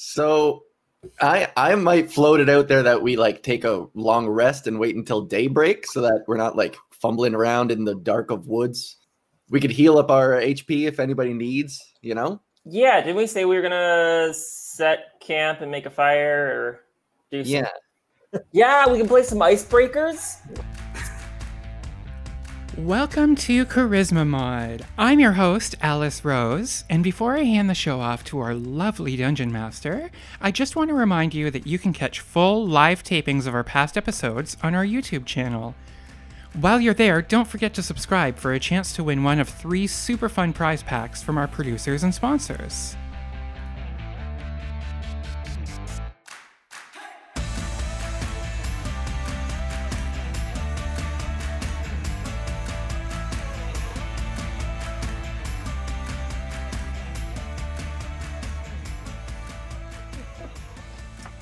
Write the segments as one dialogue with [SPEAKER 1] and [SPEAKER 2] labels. [SPEAKER 1] So I I might float it out there that we like take a long rest and wait until daybreak so that we're not like fumbling around in the dark of woods. We could heal up our HP if anybody needs, you know?
[SPEAKER 2] Yeah, didn't we say we were gonna set camp and make a fire or do some-
[SPEAKER 1] Yeah.
[SPEAKER 2] Yeah, we can play some icebreakers.
[SPEAKER 3] Welcome to Charisma Mod. I'm your host, Alice Rose, and before I hand the show off to our lovely Dungeon Master, I just want to remind you that you can catch full live tapings of our past episodes on our YouTube channel. While you're there, don't forget to subscribe for a chance to win one of three super fun prize packs from our producers and sponsors.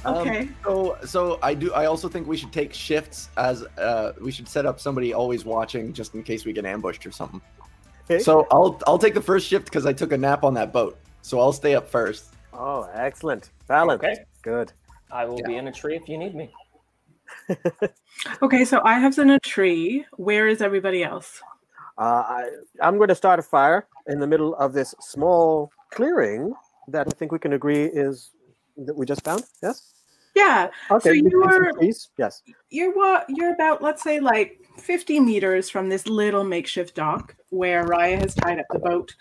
[SPEAKER 1] Um,
[SPEAKER 4] Okay.
[SPEAKER 1] so so I do I also think we should take shifts as uh we should set up somebody always watching just in case we get ambushed or something.
[SPEAKER 5] Okay.
[SPEAKER 1] So I'll I'll take the first shift because I took a nap on that boat. So I'll stay up first.
[SPEAKER 5] Oh, excellent. Balance.
[SPEAKER 2] Okay.
[SPEAKER 5] Good.
[SPEAKER 2] I will be in a tree if you need me.
[SPEAKER 4] Okay, so I have in a tree. Where is everybody else?
[SPEAKER 5] Uh, I, I'm going to start a fire in the middle of this small clearing that I think we can agree is that we just found. Yes.
[SPEAKER 4] Yeah,
[SPEAKER 5] Okay.
[SPEAKER 4] you
[SPEAKER 5] between some
[SPEAKER 4] were-
[SPEAKER 5] trees. Yes.
[SPEAKER 4] you're what you're about. Let's say like 50 meters from this little makeshift dock where Raya has tied up the boat,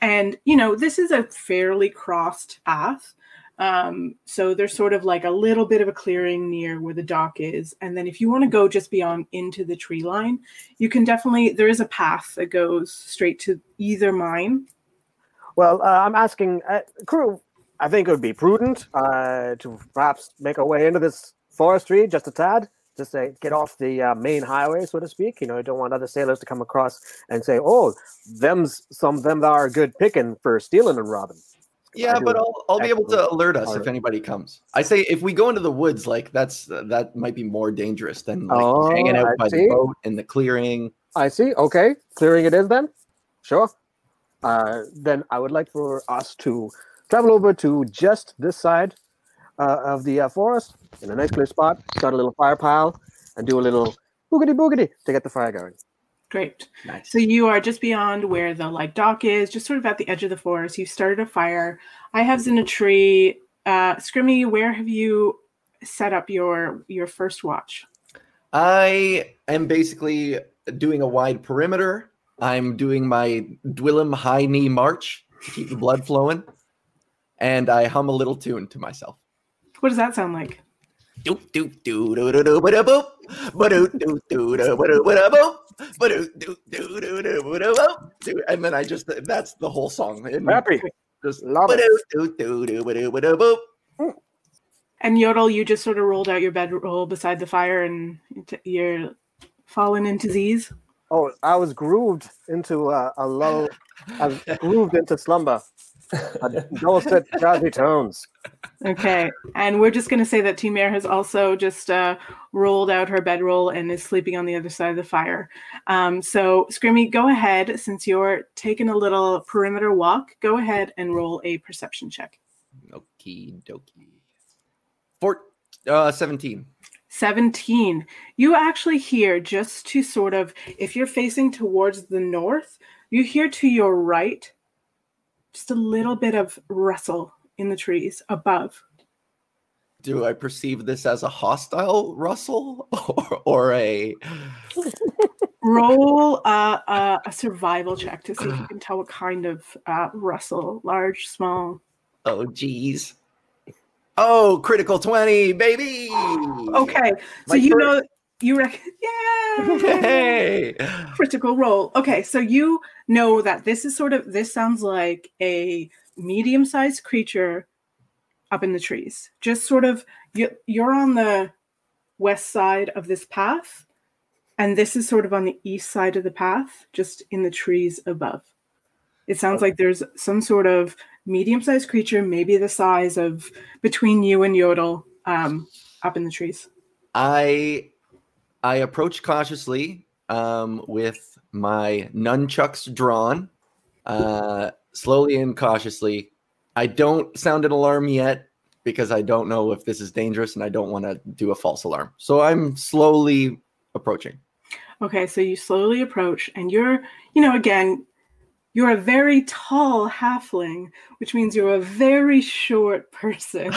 [SPEAKER 4] and you know this is a fairly crossed path. Um, so there's sort of like a little bit of a clearing near where the dock is, and then if you want to go just beyond into the tree line, you can definitely there is a path that goes straight to either mine.
[SPEAKER 5] Well, uh, I'm asking uh, crew. I think it would be prudent uh, to perhaps make our way into this forestry just a tad, just to get off the uh, main highway, so to speak. You know, you don't want other sailors to come across and say, "Oh, them's some them that are good picking for stealing and robbing."
[SPEAKER 1] Yeah,
[SPEAKER 5] I
[SPEAKER 1] but
[SPEAKER 5] do.
[SPEAKER 1] I'll I'll be able to
[SPEAKER 5] Excellent.
[SPEAKER 1] alert us if
[SPEAKER 5] Alright.
[SPEAKER 1] anybody comes. I say if we go into the woods, like that's that might be more dangerous than like
[SPEAKER 5] Oh,
[SPEAKER 1] hanging out
[SPEAKER 5] I
[SPEAKER 1] by the
[SPEAKER 5] see.
[SPEAKER 1] boat in the clearing.
[SPEAKER 5] I see. Okay, clearing it is then. Sure. Uh, then I would like for us to travel over to just this side uh, of the uh, forest in a nice clear spot, start a little fire pile, and do a little boogity boogity to get the fire going.
[SPEAKER 4] Great.
[SPEAKER 1] Nice.
[SPEAKER 4] So you are just beyond where the like dock is, just sort of at the edge of the forest. You've started a fire. I have in a tree. Uh, Scrimmy, where have you set up your your first watch?
[SPEAKER 1] I am basically doing a wide perimeter. I'm doing my Dwillem high knee march to keep the blood flowing, and I hum a little tune to myself.
[SPEAKER 4] What does that sound like?
[SPEAKER 1] Doop doop doo doo doo doo ba da boop ba doo doo doo doo ba doo ba da boop ba doo doo doo doo doo ba da boop Doo- and then I just that's the whole song. And
[SPEAKER 5] Happy.
[SPEAKER 1] Just
[SPEAKER 5] Love it.
[SPEAKER 1] ba-doo, doo, doo, doo, ba-doo, ba-doo, boop.
[SPEAKER 4] And Yodel, you just sort of rolled out your bedroll beside the fire, and t- you're fallen into these.
[SPEAKER 5] Oh, I was grooved into uh, a lull. I was grooved into slumber. A dulcet, jazzy tones.
[SPEAKER 4] Okay, and we're just going to say that Timir has also just uh, rolled out her bedroll and is sleeping on the other side of the fire. Um, so, Scrimmy, go ahead since you're taking a little perimeter walk. Go ahead and roll a perception check.
[SPEAKER 1] Okie dokie. Four, uh, 17.
[SPEAKER 4] 17. You actually hear just to sort of, if you're facing towards the north, you hear to your right just a little bit of rustle in the trees above.
[SPEAKER 1] Do I perceive this as a hostile rustle or, or a.
[SPEAKER 4] roll uh, uh, a survival check to see if you can tell what kind of uh, rustle large small
[SPEAKER 1] Oh, geez. Oh, critical 20, baby.
[SPEAKER 4] okay so
[SPEAKER 1] My
[SPEAKER 4] you
[SPEAKER 1] first-
[SPEAKER 4] know you reckon yeah
[SPEAKER 1] Hey.
[SPEAKER 4] critical roll okay so you know that this is sort of this sounds like a medium-sized creature up in the trees just sort of you, you're on the west side of this path and this is sort of on the east side of the path just in the trees above it sounds like there's some sort of medium-sized creature maybe the size of between you and yodel um, up in the trees
[SPEAKER 1] I I approach cautiously um, with my nunchucks drawn, uh, slowly and cautiously. I don't sound an alarm yet. because I don't know if this is dangerous and I don't want to do a false alarm. So I'm slowly approaching.
[SPEAKER 4] Okay, so you slowly approach, and you're, you know, again, you're a very tall halfling, which means you're a very short person.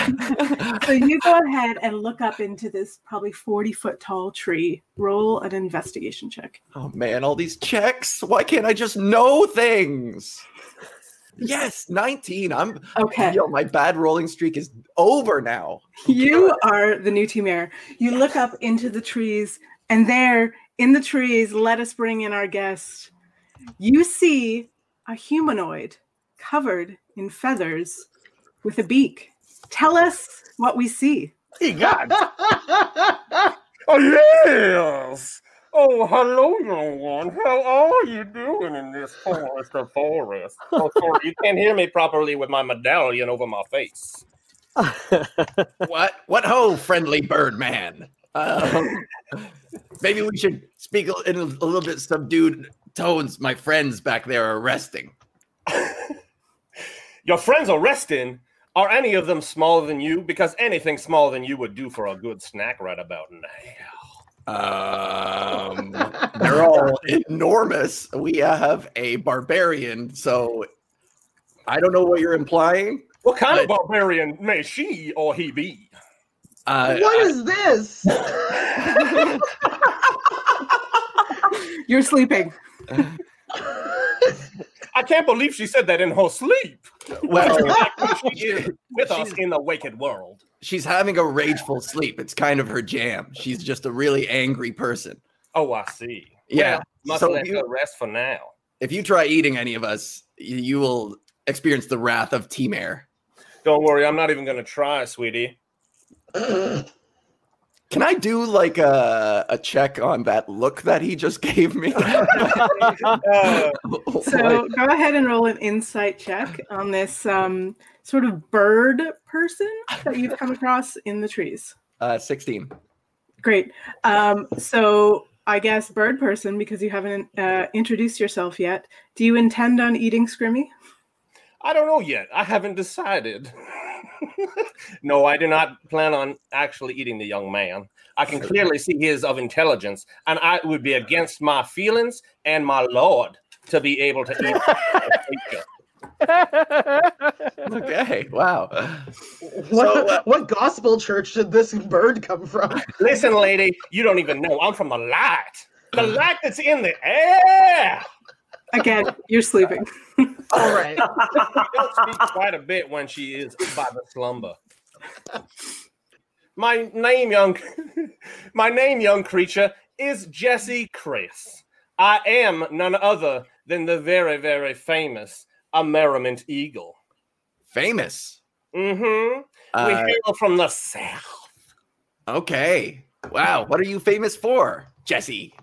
[SPEAKER 4] so you go ahead and look up into this probably 40 foot tall tree. Roll an investigation check.
[SPEAKER 1] Oh man, all these checks. Why can't I just know things? Yes, 19. I'm
[SPEAKER 4] Okay.
[SPEAKER 1] Yo, my bad rolling streak is over now.
[SPEAKER 4] You are the new team air. You look up into the trees, and there in the trees, let us bring in our guest. You see a humanoid covered in feathers with a beak. Tell us what we see.
[SPEAKER 5] God.
[SPEAKER 6] oh yes. Oh hello, young one. How are you doing in this forest of forest? Oh, sorry, you can't hear me properly with my medallion over my face.
[SPEAKER 1] What? What ho, friendly Birdman? Um, maybe we should speak a- in a, a little bit subdued tones. My friends back there are resting.
[SPEAKER 6] Your friends are resting. Are any of them smaller than you? Because anything smaller than you would do for a good snack right about now.
[SPEAKER 1] Um, they're all enormous. We have a barbarian, so I don't know what you're implying.
[SPEAKER 6] What kind of barbarian may she or he be?
[SPEAKER 1] Uh,
[SPEAKER 7] What is this?
[SPEAKER 4] You're sleeping.
[SPEAKER 6] I can't believe she said that in her sleep.
[SPEAKER 1] well,
[SPEAKER 6] With us in the wicked world.
[SPEAKER 1] she's having a rageful sleep. It's kind of her jam. She's just a really angry person.
[SPEAKER 6] Oh, I see.
[SPEAKER 1] Yeah,
[SPEAKER 6] Well, must
[SPEAKER 1] so
[SPEAKER 6] let
[SPEAKER 1] you-
[SPEAKER 6] her rest for now.
[SPEAKER 1] If you try eating any of us, you, you will experience the wrath of T-Mare.
[SPEAKER 6] Don't worry, I'm not even gonna try, sweetie.
[SPEAKER 1] Can I do like a, a check on that look that he just gave me?
[SPEAKER 6] Uh,
[SPEAKER 4] So go ahead and roll an insight check on this um, sort of bird person that you've come across in the trees.
[SPEAKER 1] uh, 16.
[SPEAKER 4] Great. Um, so I guess bird person, because you haven't uh, introduced yourself yet. Do you intend on eating Scrimmy?
[SPEAKER 6] I don't know yet. I haven't decided. no, I do not plan on actually eating the young man. I can clearly see he is of intelligence, and I it would be against my feelings and my lord to be able to eat. a creature.
[SPEAKER 1] Okay. Wow.
[SPEAKER 7] What,
[SPEAKER 1] So, uh,
[SPEAKER 7] what gospel church did this bird come from?
[SPEAKER 6] Listen, lady, you don't even know. I'm from the light. The light that's in the air.
[SPEAKER 4] Again, you're sleeping.
[SPEAKER 7] All right.
[SPEAKER 6] don't speak quite a bit when she is by the slumber. My name, young, my name, young creature, is Jesse Chris. I am none other than the very, very famous Ameriment Eagle.
[SPEAKER 1] Famous.
[SPEAKER 6] Mm-hmm. we
[SPEAKER 1] Uh,
[SPEAKER 6] hail from the south.
[SPEAKER 1] okay. Wow. What are you famous for, Jesse?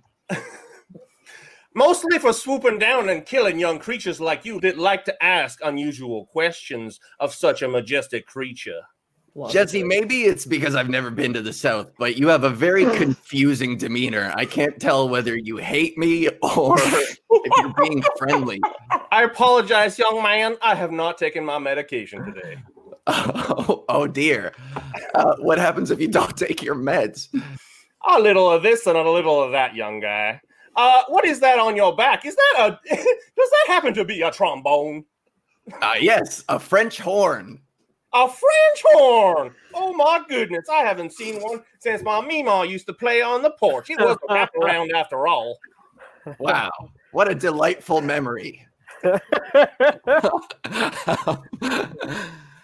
[SPEAKER 6] Mostly for swooping down and killing young creatures like you that like to ask unusual questions of such a majestic creature.
[SPEAKER 1] Jesse, maybe it's because I've never been to the South, but you have a very confusing demeanor. I can't tell whether you hate me or if you're being friendly.
[SPEAKER 6] I apologize, young man. I have not taken my medication today.
[SPEAKER 1] Oh, oh dear. Uh, what happens if you don't take your meds?
[SPEAKER 6] A little of this and a little of that, young guy. Uh, what is that on your back? Is that a? does that happen to be a trombone?
[SPEAKER 1] Uh, yes, a French horn.
[SPEAKER 6] A French horn? Oh my goodness! I haven't seen one since my mima used to play on the porch. It was a around after all.
[SPEAKER 1] Wow. What a delightful memory. Uh,
[SPEAKER 6] I,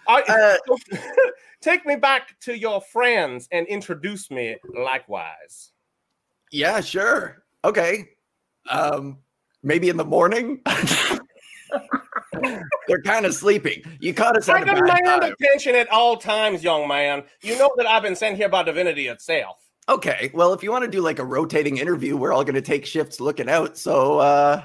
[SPEAKER 1] Uh,
[SPEAKER 6] take me back to your friends and introduce me likewise.
[SPEAKER 1] yeah, sure. Okay. Um, maybe in the morning. They're kind of sleeping. You caught us
[SPEAKER 6] I
[SPEAKER 1] at a bad
[SPEAKER 6] demand
[SPEAKER 1] time.
[SPEAKER 6] attention at all times, young man. You know that I've been sent here by divinity itself.
[SPEAKER 1] Okay. Well, if you want to do like a rotating interview, we're all going to take shifts looking out. So uh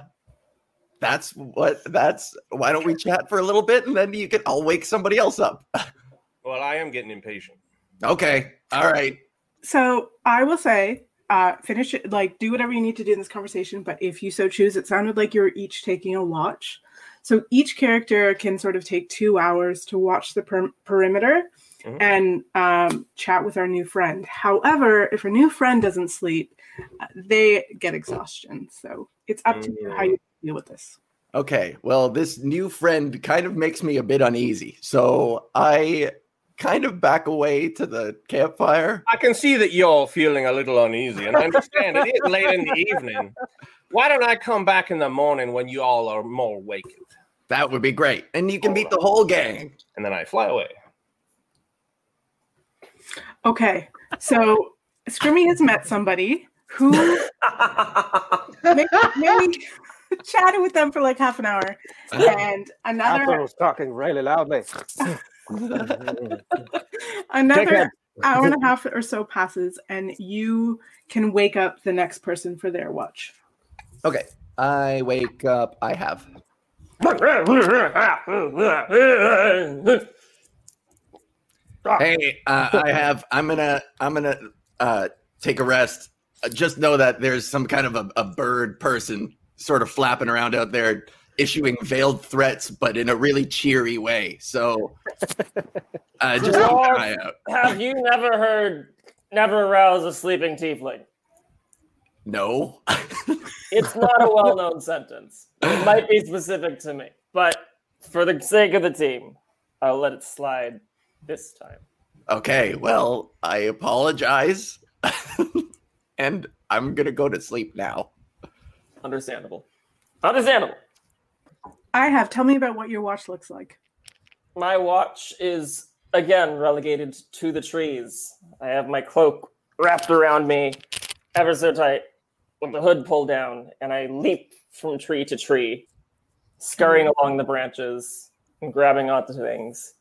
[SPEAKER 1] that's what that's why don't we chat for a little bit and then you can I'll wake somebody else up.
[SPEAKER 6] Well, I am getting impatient.
[SPEAKER 1] Okay. All right.
[SPEAKER 4] So I will say, uh, finish it, like do whatever you need to do in this conversation. But if you so choose, it sounded like you're each taking a watch. So each character can sort of take two hours to watch the per- perimeter
[SPEAKER 6] Mhm.
[SPEAKER 4] and um, chat with our new friend. However, if our new friend doesn't sleep, uh, they get exhaustion. So it's up to you how you deal with this.
[SPEAKER 1] Okay, well, this new friend kind of makes me a bit uneasy. So I kind of back away to the campfire.
[SPEAKER 6] I can see that you're feeling a little uneasy, and I understand it is late in the evening. Why don't I come back in the morning when you all are more awakened?
[SPEAKER 1] That would be great. And you can meet the whole gang.
[SPEAKER 6] And then I fly away.
[SPEAKER 4] Okay, so Scrimmy has met somebody who maybe, maybe chatted with them for like half an hour, and another
[SPEAKER 5] Apple's talking really loudly.
[SPEAKER 4] another
[SPEAKER 5] Dickhead.
[SPEAKER 4] hour and a half or so passes, and you can wake up the next person for their watch.
[SPEAKER 1] Okay, I wake up. I have. Hey, uh, I have. I'm gonna. I'm gonna uh, take a rest. Uh, Just know that there's some kind of a, a bird person sort of flapping around out there, issuing veiled threats, but in a really cheery way. So, uh, just keep an eye out.
[SPEAKER 2] Have you never heard never arouse a sleeping tiefling?
[SPEAKER 1] No.
[SPEAKER 2] It's not a well known sentence. It might be specific to me, but for the sake of the team, I'll let it slide this time.
[SPEAKER 1] Okay. Well, I apologize, and I'm gonna go to sleep now.
[SPEAKER 2] Understandable. Understandable.
[SPEAKER 4] I have. Tell me about what your watch looks like.
[SPEAKER 2] My watch is again relegated to the trees. I have my cloak wrapped around me ever so tight with the hood pulled down, and I leap from tree to tree, scurrying
[SPEAKER 4] Mm-hmm.
[SPEAKER 2] along the branches and grabbing onto things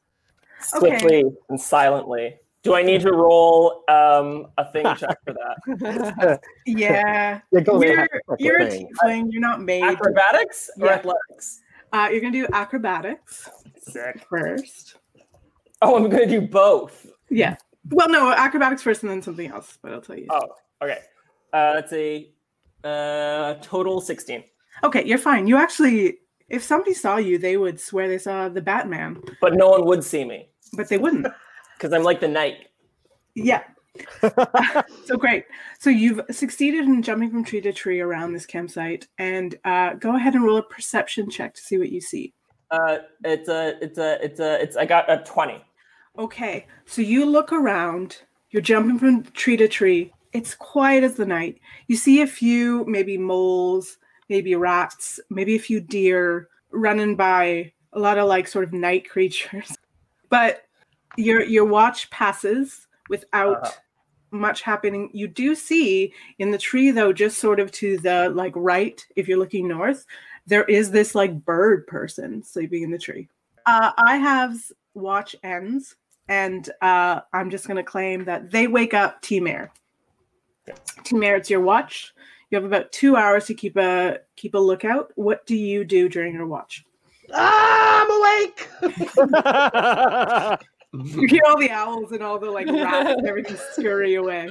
[SPEAKER 4] Okay.
[SPEAKER 2] swiftly and silently. Do I need to roll um, a thing check for that?
[SPEAKER 4] Yeah,
[SPEAKER 5] They go there.
[SPEAKER 4] you're,
[SPEAKER 5] That's a
[SPEAKER 4] you're a
[SPEAKER 5] thing.
[SPEAKER 4] tiefling. You're not made.
[SPEAKER 2] Acrobatics or
[SPEAKER 4] Yeah.
[SPEAKER 2] athletics?
[SPEAKER 4] Uh, you're gonna do acrobatics
[SPEAKER 2] Sick.
[SPEAKER 4] first.
[SPEAKER 2] Oh, I'm gonna do both.
[SPEAKER 4] Yeah. Well, no, acrobatics first, and then something else. But I'll tell you.
[SPEAKER 2] Oh, okay. Uh, that's a uh, total 16.
[SPEAKER 4] Okay, you're fine. You actually, if somebody saw you, they would swear they saw the Batman,
[SPEAKER 2] But no one would see me
[SPEAKER 4] but they wouldn't.
[SPEAKER 2] because I'm like the knight.
[SPEAKER 4] Yeah. so great. So you've succeeded in jumping from tree to tree around this campsite, and uh, go ahead and roll a perception check to see what you see.
[SPEAKER 2] Uh, it's a, it's a, it's a, it's. I got a twenty.
[SPEAKER 4] Okay, so you look around, you're jumping from tree to tree. It's quiet as the night. You see a few, maybe moles, maybe rats, maybe a few deer running by, a lot of like sort of night creatures. But your your watch passes without
[SPEAKER 2] Uh-huh.
[SPEAKER 4] much happening. You do see in the tree though, just sort of to the like right, if you're looking north, there is this like bird person sleeping in the tree. Uh, I have watch ends, and uh, I'm just going to claim that they wake up T-Mare. T-Mare, it's your watch. You have about two hours to keep a keep a lookout. What do you do during your watch?
[SPEAKER 7] Ah, I'm awake.
[SPEAKER 4] You hear all the owls and all the like rats and everything scurry away.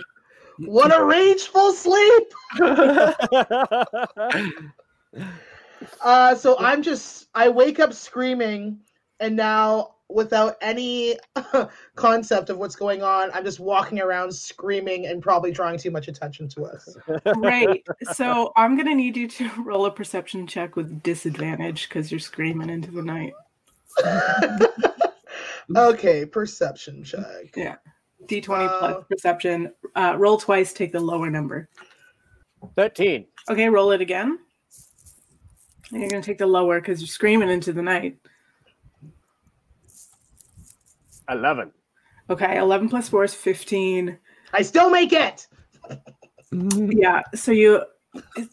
[SPEAKER 7] What a rageful sleep. Uh, so I'm just I wake up screaming, and now without any concept of what's going on, I'm just walking around screaming and probably drawing too much attention to us.
[SPEAKER 4] Great. So I'm going to need you to roll a perception check with disadvantage because you're screaming into the night.
[SPEAKER 7] okay, perception check.
[SPEAKER 4] D20
[SPEAKER 7] Uh.
[SPEAKER 4] plus perception. Uh, roll twice. Take the lower number.
[SPEAKER 5] Thirteen.
[SPEAKER 4] Okay, roll it again. And you're going to take the lower because you're screaming into the night.
[SPEAKER 5] Eleven.
[SPEAKER 4] Okay, 11 plus 4 is 15.
[SPEAKER 7] I still make it.
[SPEAKER 4] Yeah, so you,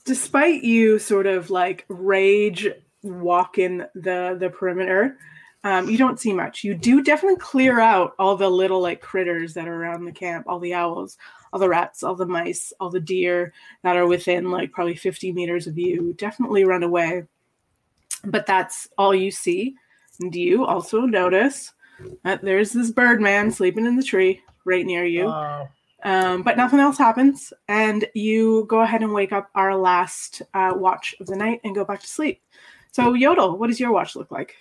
[SPEAKER 4] despite you sort of like rage walking the the perimeter, um, you don't see much. You do definitely clear out all the little like critters that are around the camp, all the owls, all the rats, all the mice, all the deer that are within like probably 50 meters of you. Definitely run away. But that's all you see. And you also notice that there's this bird man sleeping in the tree right near you
[SPEAKER 7] Oh.
[SPEAKER 4] um, but nothing else happens and you go ahead and wake up our last uh, watch of the night and go back to sleep so yodel what does your watch look like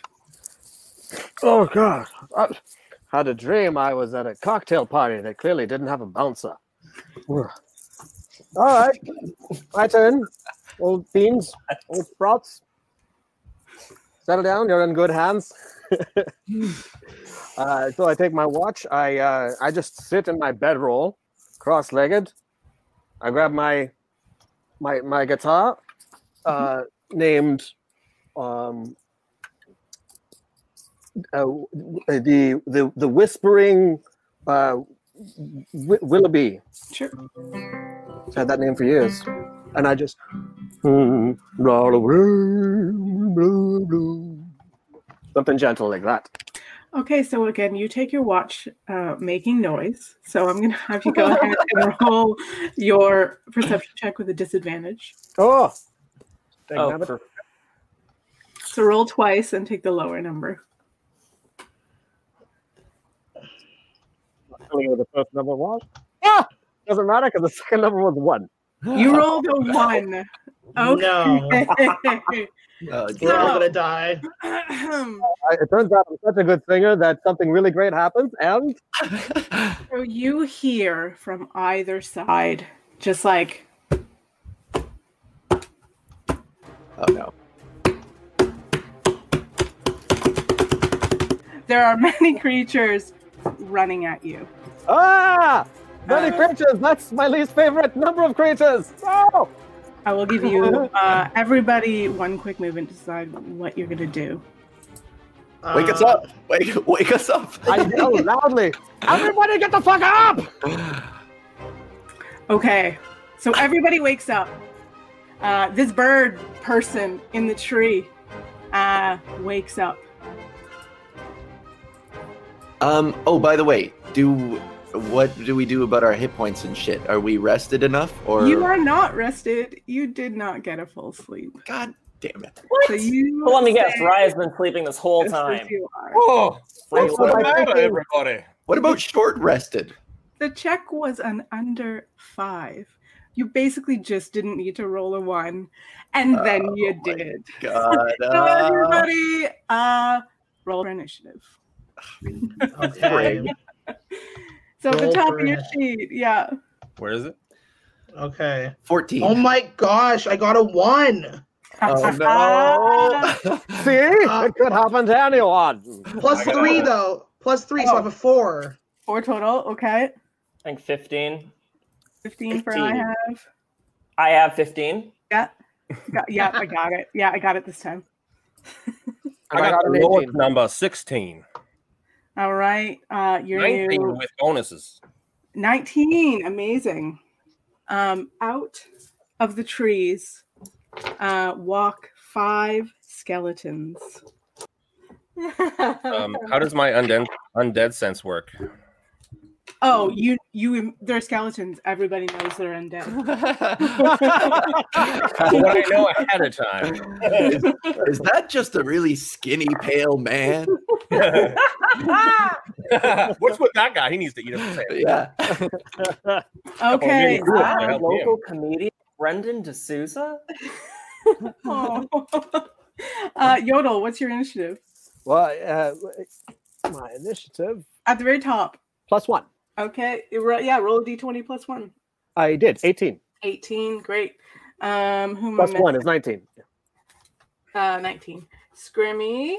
[SPEAKER 5] Oh God. I, had a dream I was at a cocktail party that clearly didn't have a bouncer. All right, my turn. Old beans, old sprouts. Settle down. You're in good hands. uh, so I take my watch. I uh, I just sit in my bedroll, cross-legged. I grab my my my guitar, uh, named um, uh, the the the whispering uh, Wi- Willoughby.
[SPEAKER 4] Sure.
[SPEAKER 5] had that name for years, and I just "Mm, not away, blah, blah." something gentle like that.
[SPEAKER 4] Okay, so again, you take your watch uh, making noise. So I'm going to have you go ahead and roll your perception check with a disadvantage.
[SPEAKER 5] Oh,
[SPEAKER 2] Oh,
[SPEAKER 5] Dagnabbit.
[SPEAKER 2] per-
[SPEAKER 4] So roll twice and take the lower number.
[SPEAKER 5] Tell me what the first number was. Ah, doesn't matter because the second number was one.
[SPEAKER 4] You rolled a one. Okay.
[SPEAKER 1] Uh,
[SPEAKER 7] We're all
[SPEAKER 4] No.
[SPEAKER 7] gonna die.
[SPEAKER 5] I, it turns out I'm such a good singer that something really great happens, and
[SPEAKER 4] so you hear from either side, just like
[SPEAKER 1] oh no.
[SPEAKER 4] there are many creatures running at you.
[SPEAKER 5] ah, many
[SPEAKER 4] Uh.
[SPEAKER 5] creatures. That's my least favorite number of creatures. Oh,
[SPEAKER 4] I will give you uh, everybody one quick movement to decide what you're going to do.
[SPEAKER 1] Wake us
[SPEAKER 7] Uh,
[SPEAKER 1] up! Wake wake us up!
[SPEAKER 5] I yell loudly. Everybody, get the fuck up!
[SPEAKER 4] Okay, so everybody wakes up. Uh, this bird person in the tree uh, wakes up.
[SPEAKER 1] Um. Oh, by the way, do what do we do about our hit points and shit? Are we rested enough? Or
[SPEAKER 4] You are not rested. You did not get a full sleep.
[SPEAKER 1] God damn it!
[SPEAKER 4] So you.
[SPEAKER 2] Well, let me guess.
[SPEAKER 4] stay
[SPEAKER 2] Ryan's been sleeping this whole
[SPEAKER 4] just as
[SPEAKER 2] time.
[SPEAKER 4] you are.
[SPEAKER 6] Oh, what's
[SPEAKER 5] what
[SPEAKER 6] the
[SPEAKER 5] I
[SPEAKER 6] matter,
[SPEAKER 5] think is-
[SPEAKER 6] everybody?
[SPEAKER 1] What about short rested?
[SPEAKER 4] The check was an under five. You basically just didn't need to roll a one, and then you
[SPEAKER 1] Oh my
[SPEAKER 4] did.
[SPEAKER 1] God.
[SPEAKER 4] So
[SPEAKER 1] Uh,
[SPEAKER 4] everybody, uh, roll for initiative.
[SPEAKER 7] Okay.
[SPEAKER 4] So at the
[SPEAKER 7] Roll
[SPEAKER 4] top
[SPEAKER 7] for
[SPEAKER 4] of your
[SPEAKER 7] initiative.
[SPEAKER 4] sheet, yeah.
[SPEAKER 6] Where is it?
[SPEAKER 7] okay.
[SPEAKER 1] Fourteen.
[SPEAKER 7] Oh my gosh, I got a one.
[SPEAKER 1] Oh,
[SPEAKER 4] Uh,
[SPEAKER 1] no!
[SPEAKER 5] See,
[SPEAKER 6] Uh,
[SPEAKER 5] it could happen to anyone.
[SPEAKER 7] Plus
[SPEAKER 6] I got a
[SPEAKER 7] three
[SPEAKER 6] one.
[SPEAKER 7] though. Plus three, so I have a four.
[SPEAKER 4] Four total. Okay.
[SPEAKER 2] I think 15.
[SPEAKER 4] 15 for I
[SPEAKER 1] 15.
[SPEAKER 4] have.
[SPEAKER 2] I have 15.
[SPEAKER 4] Yeah. Got- yeah, I got it. Yeah, I got it this time.
[SPEAKER 5] I
[SPEAKER 6] I got
[SPEAKER 5] got
[SPEAKER 6] the
[SPEAKER 5] an
[SPEAKER 6] lowest
[SPEAKER 5] 18.
[SPEAKER 6] number, 16.
[SPEAKER 4] All right. Uh, your
[SPEAKER 6] 19
[SPEAKER 4] new
[SPEAKER 6] with bonuses.
[SPEAKER 4] 19. Amazing. Um, out of the trees uh, walk five skeletons.
[SPEAKER 6] Um, how does my undead, undead sense work?
[SPEAKER 4] oh, you, you, they're skeletons. Everybody knows they're undead.
[SPEAKER 6] what I know ahead of time.
[SPEAKER 1] is, is that just a really skinny, pale man?
[SPEAKER 6] What's with that guy? He needs to eat up his head.
[SPEAKER 1] Yeah.
[SPEAKER 5] Oh,
[SPEAKER 4] Okay.
[SPEAKER 6] really? Cool.
[SPEAKER 4] uh,
[SPEAKER 6] Yeah.
[SPEAKER 2] local comedian Brendan D'Souza.
[SPEAKER 4] oh. uh, Yodel, what's your initiative?
[SPEAKER 5] Well, uh, my initiative
[SPEAKER 4] At the very top.
[SPEAKER 5] plus one.
[SPEAKER 4] Okay. it ro- Yeah, roll a d20 plus one.
[SPEAKER 5] I did 18
[SPEAKER 4] 18. Great. Um, who am I
[SPEAKER 5] plus
[SPEAKER 4] missing?
[SPEAKER 5] one is 19.
[SPEAKER 4] Uh, 19. Scrimmy.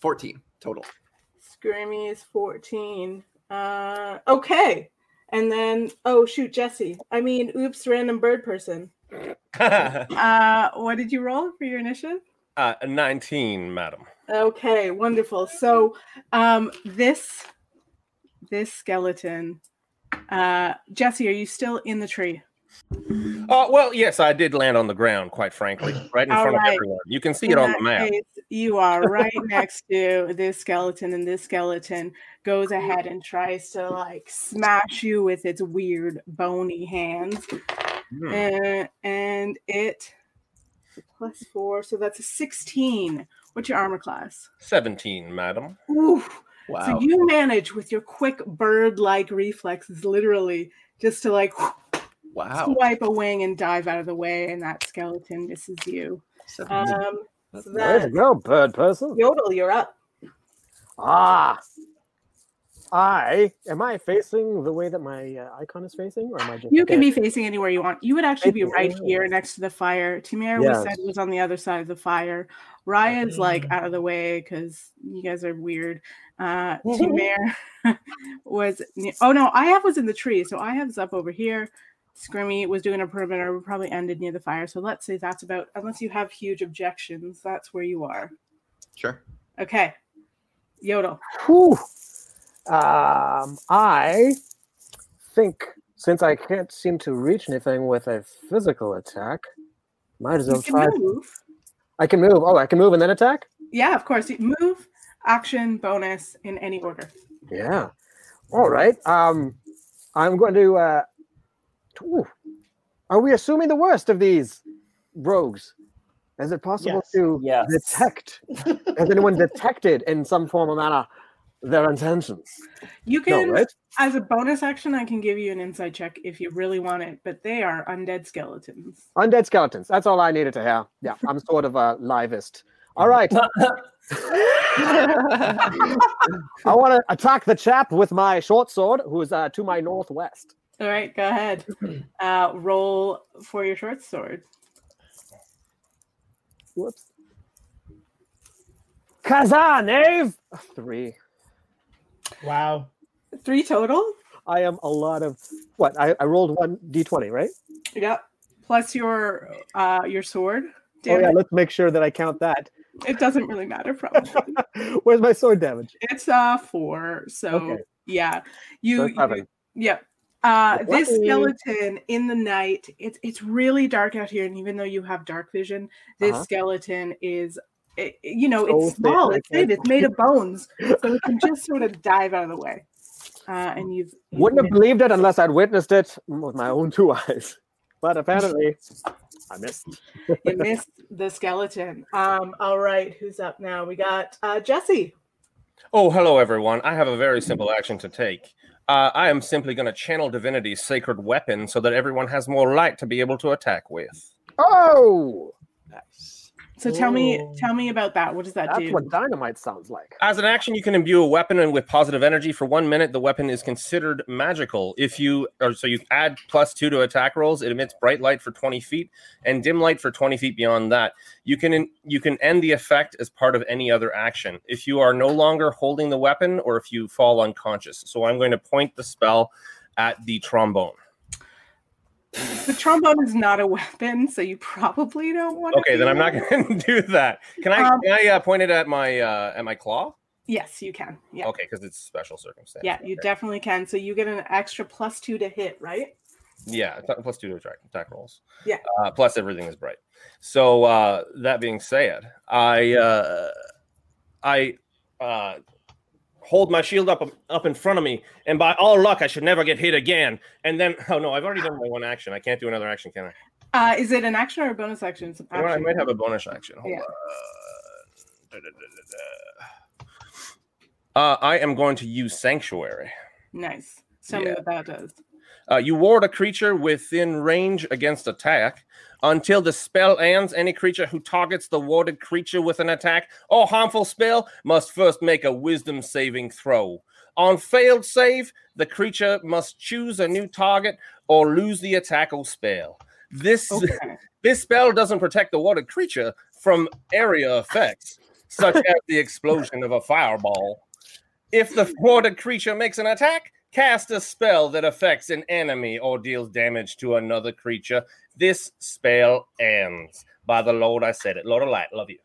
[SPEAKER 1] Fourteen total.
[SPEAKER 4] Scrimmy is 14. Uh, okay. And then, oh, shoot, Jesse. I mean, oops, random bird person. Uh, what did you roll for your initiative?
[SPEAKER 6] uh, 19, madam.
[SPEAKER 4] Okay, wonderful. So, um, this this skeleton, uh, Jesse, are you still in the tree?
[SPEAKER 6] Uh, well, yes, I did land on the ground, quite frankly, right in
[SPEAKER 4] All
[SPEAKER 6] front
[SPEAKER 4] right.
[SPEAKER 6] of everyone. You can see
[SPEAKER 4] In
[SPEAKER 6] it on
[SPEAKER 4] that
[SPEAKER 6] the map.
[SPEAKER 4] case, you are right next to this skeleton, and this skeleton goes ahead and tries to like smash you with its weird bony hands.
[SPEAKER 6] Hmm.
[SPEAKER 4] Uh, and it plus four, so that's a 16. What's your armor class?
[SPEAKER 6] 17, madam.
[SPEAKER 4] Ooh,
[SPEAKER 1] Wow.
[SPEAKER 4] So you manage with your quick bird-like reflexes, literally, just to like
[SPEAKER 1] wow.
[SPEAKER 4] swipe a wing and dive out of the way, and that skeleton misses you.
[SPEAKER 1] Seventeen.
[SPEAKER 4] Um, so
[SPEAKER 1] Nice.
[SPEAKER 5] There you
[SPEAKER 4] that
[SPEAKER 5] go, bird person.
[SPEAKER 4] yodel, you're up.
[SPEAKER 5] Ah, I am I facing the way that my uh, icon is facing, or am I just
[SPEAKER 4] You can be
[SPEAKER 5] okay.
[SPEAKER 4] facing anywhere you want. You would actually be
[SPEAKER 5] Facing
[SPEAKER 4] right
[SPEAKER 5] anywhere.
[SPEAKER 4] here next to the fire. Tamir
[SPEAKER 5] Yes. Mm.
[SPEAKER 4] we said was on the other side of the fire. Raya's like out of the way because you guys are weird. Uh Tamir was ne- oh no, I have was in the tree, so I have up over here. Scrimmy was doing a perimeter, we probably ended near the fire. So let's say that's about unless you have huge objections, that's where you are.
[SPEAKER 1] Sure.
[SPEAKER 4] Okay. Yodel.
[SPEAKER 5] Whew. Um, I think since I can't seem to reach anything with a physical attack, might as
[SPEAKER 4] You
[SPEAKER 5] well
[SPEAKER 4] can
[SPEAKER 5] try.
[SPEAKER 4] move.
[SPEAKER 5] I can move. Oh, I can move and then attack.
[SPEAKER 4] Yeah, of course. You Move, action, bonus in any order.
[SPEAKER 5] Yeah. All right. Um, I'm going to. Uh, t- ooh. Are we assuming the worst of these rogues? Is it possible
[SPEAKER 7] Yes.
[SPEAKER 5] to
[SPEAKER 2] Yes.
[SPEAKER 5] detect? Has anyone detected in some form or manner their intentions?
[SPEAKER 4] You
[SPEAKER 5] No,
[SPEAKER 4] can,
[SPEAKER 5] right?
[SPEAKER 4] as a bonus action, I can give you an insight check if you really want it, but they are undead skeletons.
[SPEAKER 5] Undead skeletons. That's all I needed to hear. Yeah, I'm sort of a livist. All right. I want to attack the chap with my short sword, who's uh, to my northwest.
[SPEAKER 4] All right, go ahead. Uh, roll for your short sword.
[SPEAKER 5] Whoops. Kazan, Ave! Three.
[SPEAKER 7] Wow.
[SPEAKER 4] Three total.
[SPEAKER 5] I am a lot of what? I, I rolled one d20, right?
[SPEAKER 4] Yep. Plus your uh, your sword.
[SPEAKER 5] oh
[SPEAKER 4] Damn
[SPEAKER 5] yeah,
[SPEAKER 4] it.
[SPEAKER 5] let's make sure that I count that.
[SPEAKER 4] it doesn't really matter, probably.
[SPEAKER 5] Where's my sword damage?
[SPEAKER 4] it's uh four. So
[SPEAKER 5] Okay.
[SPEAKER 4] yeah,
[SPEAKER 5] So
[SPEAKER 4] you, you
[SPEAKER 5] seven.
[SPEAKER 4] Yep. Uh, this
[SPEAKER 5] Lucky.
[SPEAKER 4] skeleton in the night, it's it's really dark out here, and even though you have dark vision, this
[SPEAKER 5] Uh-huh.
[SPEAKER 4] skeleton is, it, you know,
[SPEAKER 5] So
[SPEAKER 4] it's
[SPEAKER 5] thin,
[SPEAKER 4] small,
[SPEAKER 5] I
[SPEAKER 4] it's thin,
[SPEAKER 5] can't-
[SPEAKER 4] it's made of bones, so it can just sort of dive out of the way. Uh, and you've you've
[SPEAKER 5] Wouldn't have
[SPEAKER 4] missed.
[SPEAKER 5] believed it unless I'd witnessed it with my own two eyes. But apparently, I missed.
[SPEAKER 4] you missed the skeleton. Um, all right, who's up now? We got uh, Jesse.
[SPEAKER 6] Oh, hello, everyone. I have a very simple action to take. Uh, I am simply going to channel divinity's sacred weapon so that everyone has more light to be able to attack with.
[SPEAKER 5] Oh,
[SPEAKER 4] So tell me,
[SPEAKER 7] Ooh.
[SPEAKER 4] tell me about that. What does that
[SPEAKER 5] that's
[SPEAKER 4] do?
[SPEAKER 5] what dynamite sounds like.
[SPEAKER 6] As an action, you can imbue a weapon and with positive energy for one minute. The weapon is considered magical. If you or so you add plus two to attack rolls, it emits bright light for twenty feet and dim light for twenty feet beyond that. You can you can end the effect as part of any other action if you are no longer holding the weapon or if you fall unconscious. So I'm going to point the spell at the trombone.
[SPEAKER 4] The trombone is not a weapon, so you probably don't want.
[SPEAKER 6] Okay, then I'm not going to do that. Can I
[SPEAKER 4] Um,
[SPEAKER 6] can I uh, point it at my uh, at my claw?
[SPEAKER 4] Yes, you can. Yeah.
[SPEAKER 6] Okay, because it's special circumstance.
[SPEAKER 4] Yeah, you definitely can. So you get an extra plus two to hit, right?
[SPEAKER 6] Yeah, th- plus two to attack, attack rolls.
[SPEAKER 4] Yeah.
[SPEAKER 6] Uh, plus everything is bright. So uh, that being said, I uh, I uh, hold my shield up up in front of me, and by all luck, I should never get hit again. And then, oh no, I've already done my one action. I can't do another action, can I?
[SPEAKER 4] Uh, is it an action or a bonus action? It's an
[SPEAKER 6] You know what, I
[SPEAKER 4] action.
[SPEAKER 6] might have a bonus action. Hold
[SPEAKER 4] Yeah.
[SPEAKER 6] on. Uh, Da-da-da-da-da. Uh, I am going to use sanctuary.
[SPEAKER 4] Nice. Tell me
[SPEAKER 6] Yeah.
[SPEAKER 4] what that does.
[SPEAKER 6] Uh, you ward a creature within range against attack. Until the spell ends, any creature who targets the warded creature with an attack or harmful spell must first make a wisdom saving throw. On failed save, the creature must choose a new target or lose the attack or spell. This
[SPEAKER 4] Okay.
[SPEAKER 6] this spell doesn't protect the warded creature from area effects, such as the explosion of a fireball. If the warded creature makes an attack, cast a spell that affects an enemy or deals damage to another creature. This spell ends. By the Lord, I said it. Lord of Light, love you.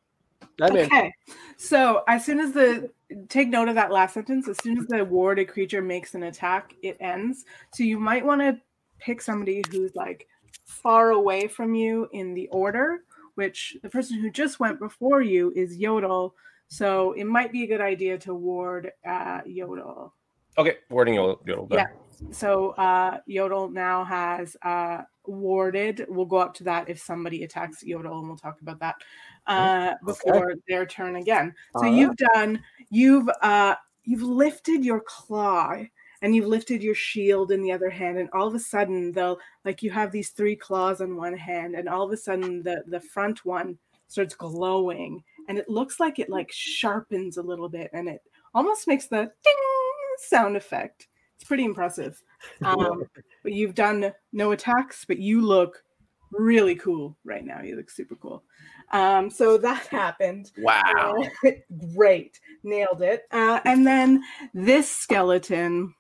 [SPEAKER 5] I mean,
[SPEAKER 4] okay. So as soon as the take note of that last sentence, as soon as the warded creature makes an attack, it ends. So you might want to pick somebody who's like far away from you in the order, which the person who just went before you is Yodel. So it might be a good idea to ward uh, Yodel.
[SPEAKER 6] Okay, wording your little
[SPEAKER 4] Yeah. So uh, Yodel now has uh, warded. We'll go up to that if somebody attacks Yodel, and we'll talk about that uh, before their turn again. So
[SPEAKER 5] All
[SPEAKER 4] you've done. You've uh, you've lifted your claw and you've lifted your shield in the other hand, and all of a sudden, though, like you have these three claws on one hand, and all of a sudden, the the front one starts glowing, and it looks like it like sharpens a little bit, and it almost makes the ding sound effect. It's pretty impressive. Um, but you've done no attacks, but you look really cool right now. You look super cool. Um, so that happened.
[SPEAKER 1] Wow.
[SPEAKER 4] Uh, great. Nailed it. Uh, and then this skeleton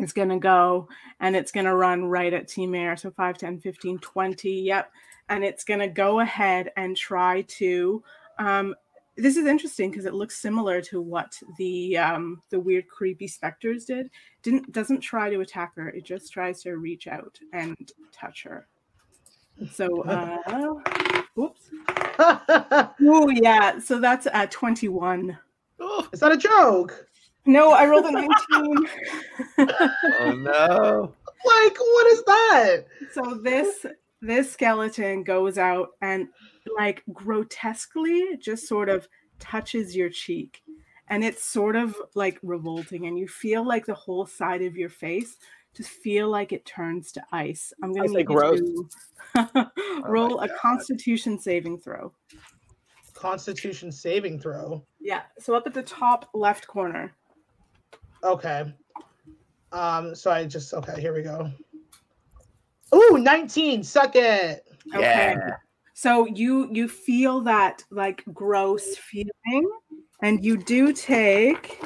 [SPEAKER 4] is going to go and it's going to run right at Team Air. So 5, 10, 15, 20. Yep. And it's going to go ahead and try to. Um, this is interesting because it looks similar to what the um, the weird creepy specters did. Didn't doesn't try to attack her. It just tries to reach out and touch her. So, uh, whoops. oh yeah. So that's uh, at twenty one.
[SPEAKER 7] It's not a joke.
[SPEAKER 4] No, I rolled a nineteen.
[SPEAKER 1] Oh no.
[SPEAKER 7] Like, what is that?
[SPEAKER 4] so this this skeleton goes out and like grotesquely just sort of touches your cheek and it's sort of like revolting and you feel like the whole side of your face just feel like it turns to ice i'm gonna
[SPEAKER 5] I say
[SPEAKER 4] make
[SPEAKER 5] gross. Oh
[SPEAKER 4] you to roll a constitution saving throw
[SPEAKER 7] Constitution saving throw.
[SPEAKER 4] yeah so up at the top left corner
[SPEAKER 7] Okay. Um, so I just okay, here we go. Ooh, 19, suck it.
[SPEAKER 1] Yeah.
[SPEAKER 4] so you you feel that like gross feeling and you do take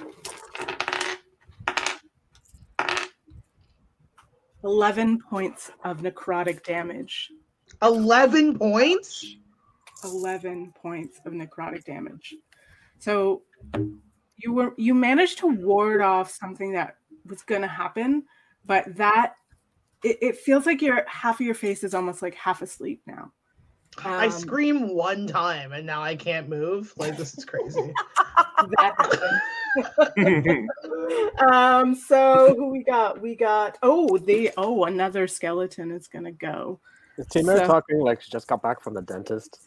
[SPEAKER 4] 11 points of necrotic damage
[SPEAKER 7] 11 points.
[SPEAKER 4] 11 points of necrotic damage so you were you managed to ward off something that was going to happen but that it, it feels like your half of your face is almost like half asleep now
[SPEAKER 7] I
[SPEAKER 4] Um,
[SPEAKER 7] scream one time and now I can't move. Like this is crazy.
[SPEAKER 4] that happened. um so who we got we got oh the oh another skeleton is gonna go
[SPEAKER 5] Is Timur
[SPEAKER 4] So-
[SPEAKER 5] talking like she just got back from the dentist?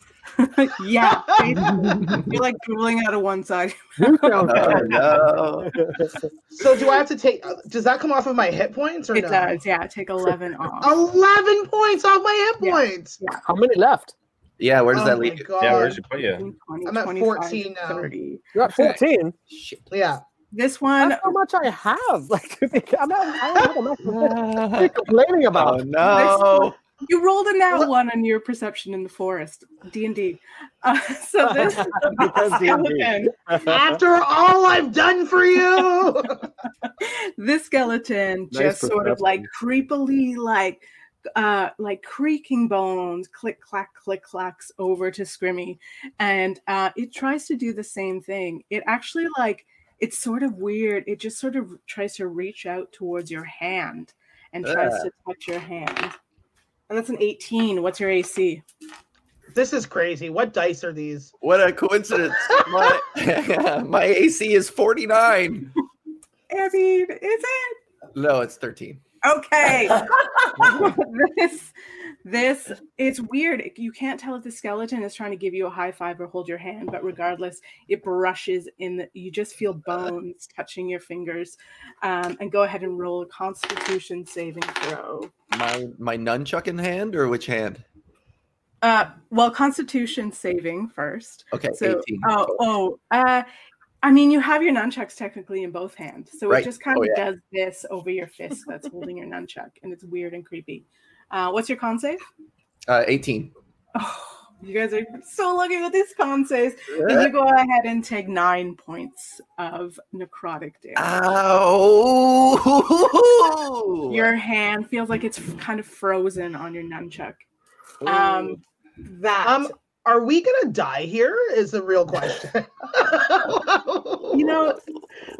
[SPEAKER 4] yeah you're like drooling out of one side
[SPEAKER 5] You sound
[SPEAKER 1] Oh no.
[SPEAKER 7] so do I have to take does that come off of my hit points or
[SPEAKER 4] it
[SPEAKER 7] no?
[SPEAKER 4] does yeah take 11 off
[SPEAKER 7] 11 points off my hit
[SPEAKER 4] Yeah.
[SPEAKER 7] points.
[SPEAKER 5] How many left?
[SPEAKER 1] Yeah, where does
[SPEAKER 7] Oh
[SPEAKER 1] that
[SPEAKER 7] my
[SPEAKER 1] leave you?
[SPEAKER 7] God.
[SPEAKER 6] Yeah, where's your player?
[SPEAKER 4] 15, 20,
[SPEAKER 7] I'm at
[SPEAKER 4] 25,
[SPEAKER 7] 14 now.
[SPEAKER 4] 30.
[SPEAKER 5] You're at
[SPEAKER 1] Okay.
[SPEAKER 5] 14.
[SPEAKER 1] Shit.
[SPEAKER 7] Yeah.
[SPEAKER 4] this one
[SPEAKER 5] That's how much I have. Like, I'm not, I don't know what I'm actually complaining
[SPEAKER 1] Oh
[SPEAKER 5] about.
[SPEAKER 1] no.
[SPEAKER 4] you rolled a nat
[SPEAKER 7] What?
[SPEAKER 4] one on your perception in the forest d&d uh, so this
[SPEAKER 5] Oh, Because
[SPEAKER 4] skeleton
[SPEAKER 5] Uh-huh.
[SPEAKER 7] After all I've done for you.
[SPEAKER 4] this skeleton
[SPEAKER 5] Nice
[SPEAKER 4] just sort of like creepily like uh like creaking bones click clack click clacks over to scrimmy and uh it tries to do the same thing it actually like it's sort of weird it just sort of tries to reach out towards your hand and tries to touch your hand and that's an 18 what's your ac
[SPEAKER 7] this is crazy. What dice are these?
[SPEAKER 1] What a coincidence. My, my AC is 49.
[SPEAKER 4] i mean is it
[SPEAKER 1] No, it's 13.
[SPEAKER 4] okay this this it's weird you can't tell if the skeleton is trying to give you a high five or hold your hand but regardless it brushes in the, you just feel bones touching your fingers um, and go ahead and roll a constitution saving throw
[SPEAKER 1] My my nunchuck in hand or which hand?
[SPEAKER 4] uh, well constitution saving first
[SPEAKER 1] Okay,
[SPEAKER 4] so
[SPEAKER 1] 18.
[SPEAKER 4] oh oh uh, i mean you have your nunchucks technically in both hands so
[SPEAKER 1] Right.
[SPEAKER 4] it just kind
[SPEAKER 1] Oh,
[SPEAKER 4] of
[SPEAKER 1] yeah.
[SPEAKER 4] does this over your fist that's holding your nunchuck and it's weird and creepy uh, what's your con save
[SPEAKER 1] Uh, 18.
[SPEAKER 4] Oh, you guys are so lucky with this con says. And you go ahead and take nine points of necrotic damage.
[SPEAKER 1] Ow!
[SPEAKER 4] Your hand feels like it's f- kind of frozen on your nunchuck. Um, that
[SPEAKER 7] Um, are we gonna die here? Is the real question.
[SPEAKER 4] you know,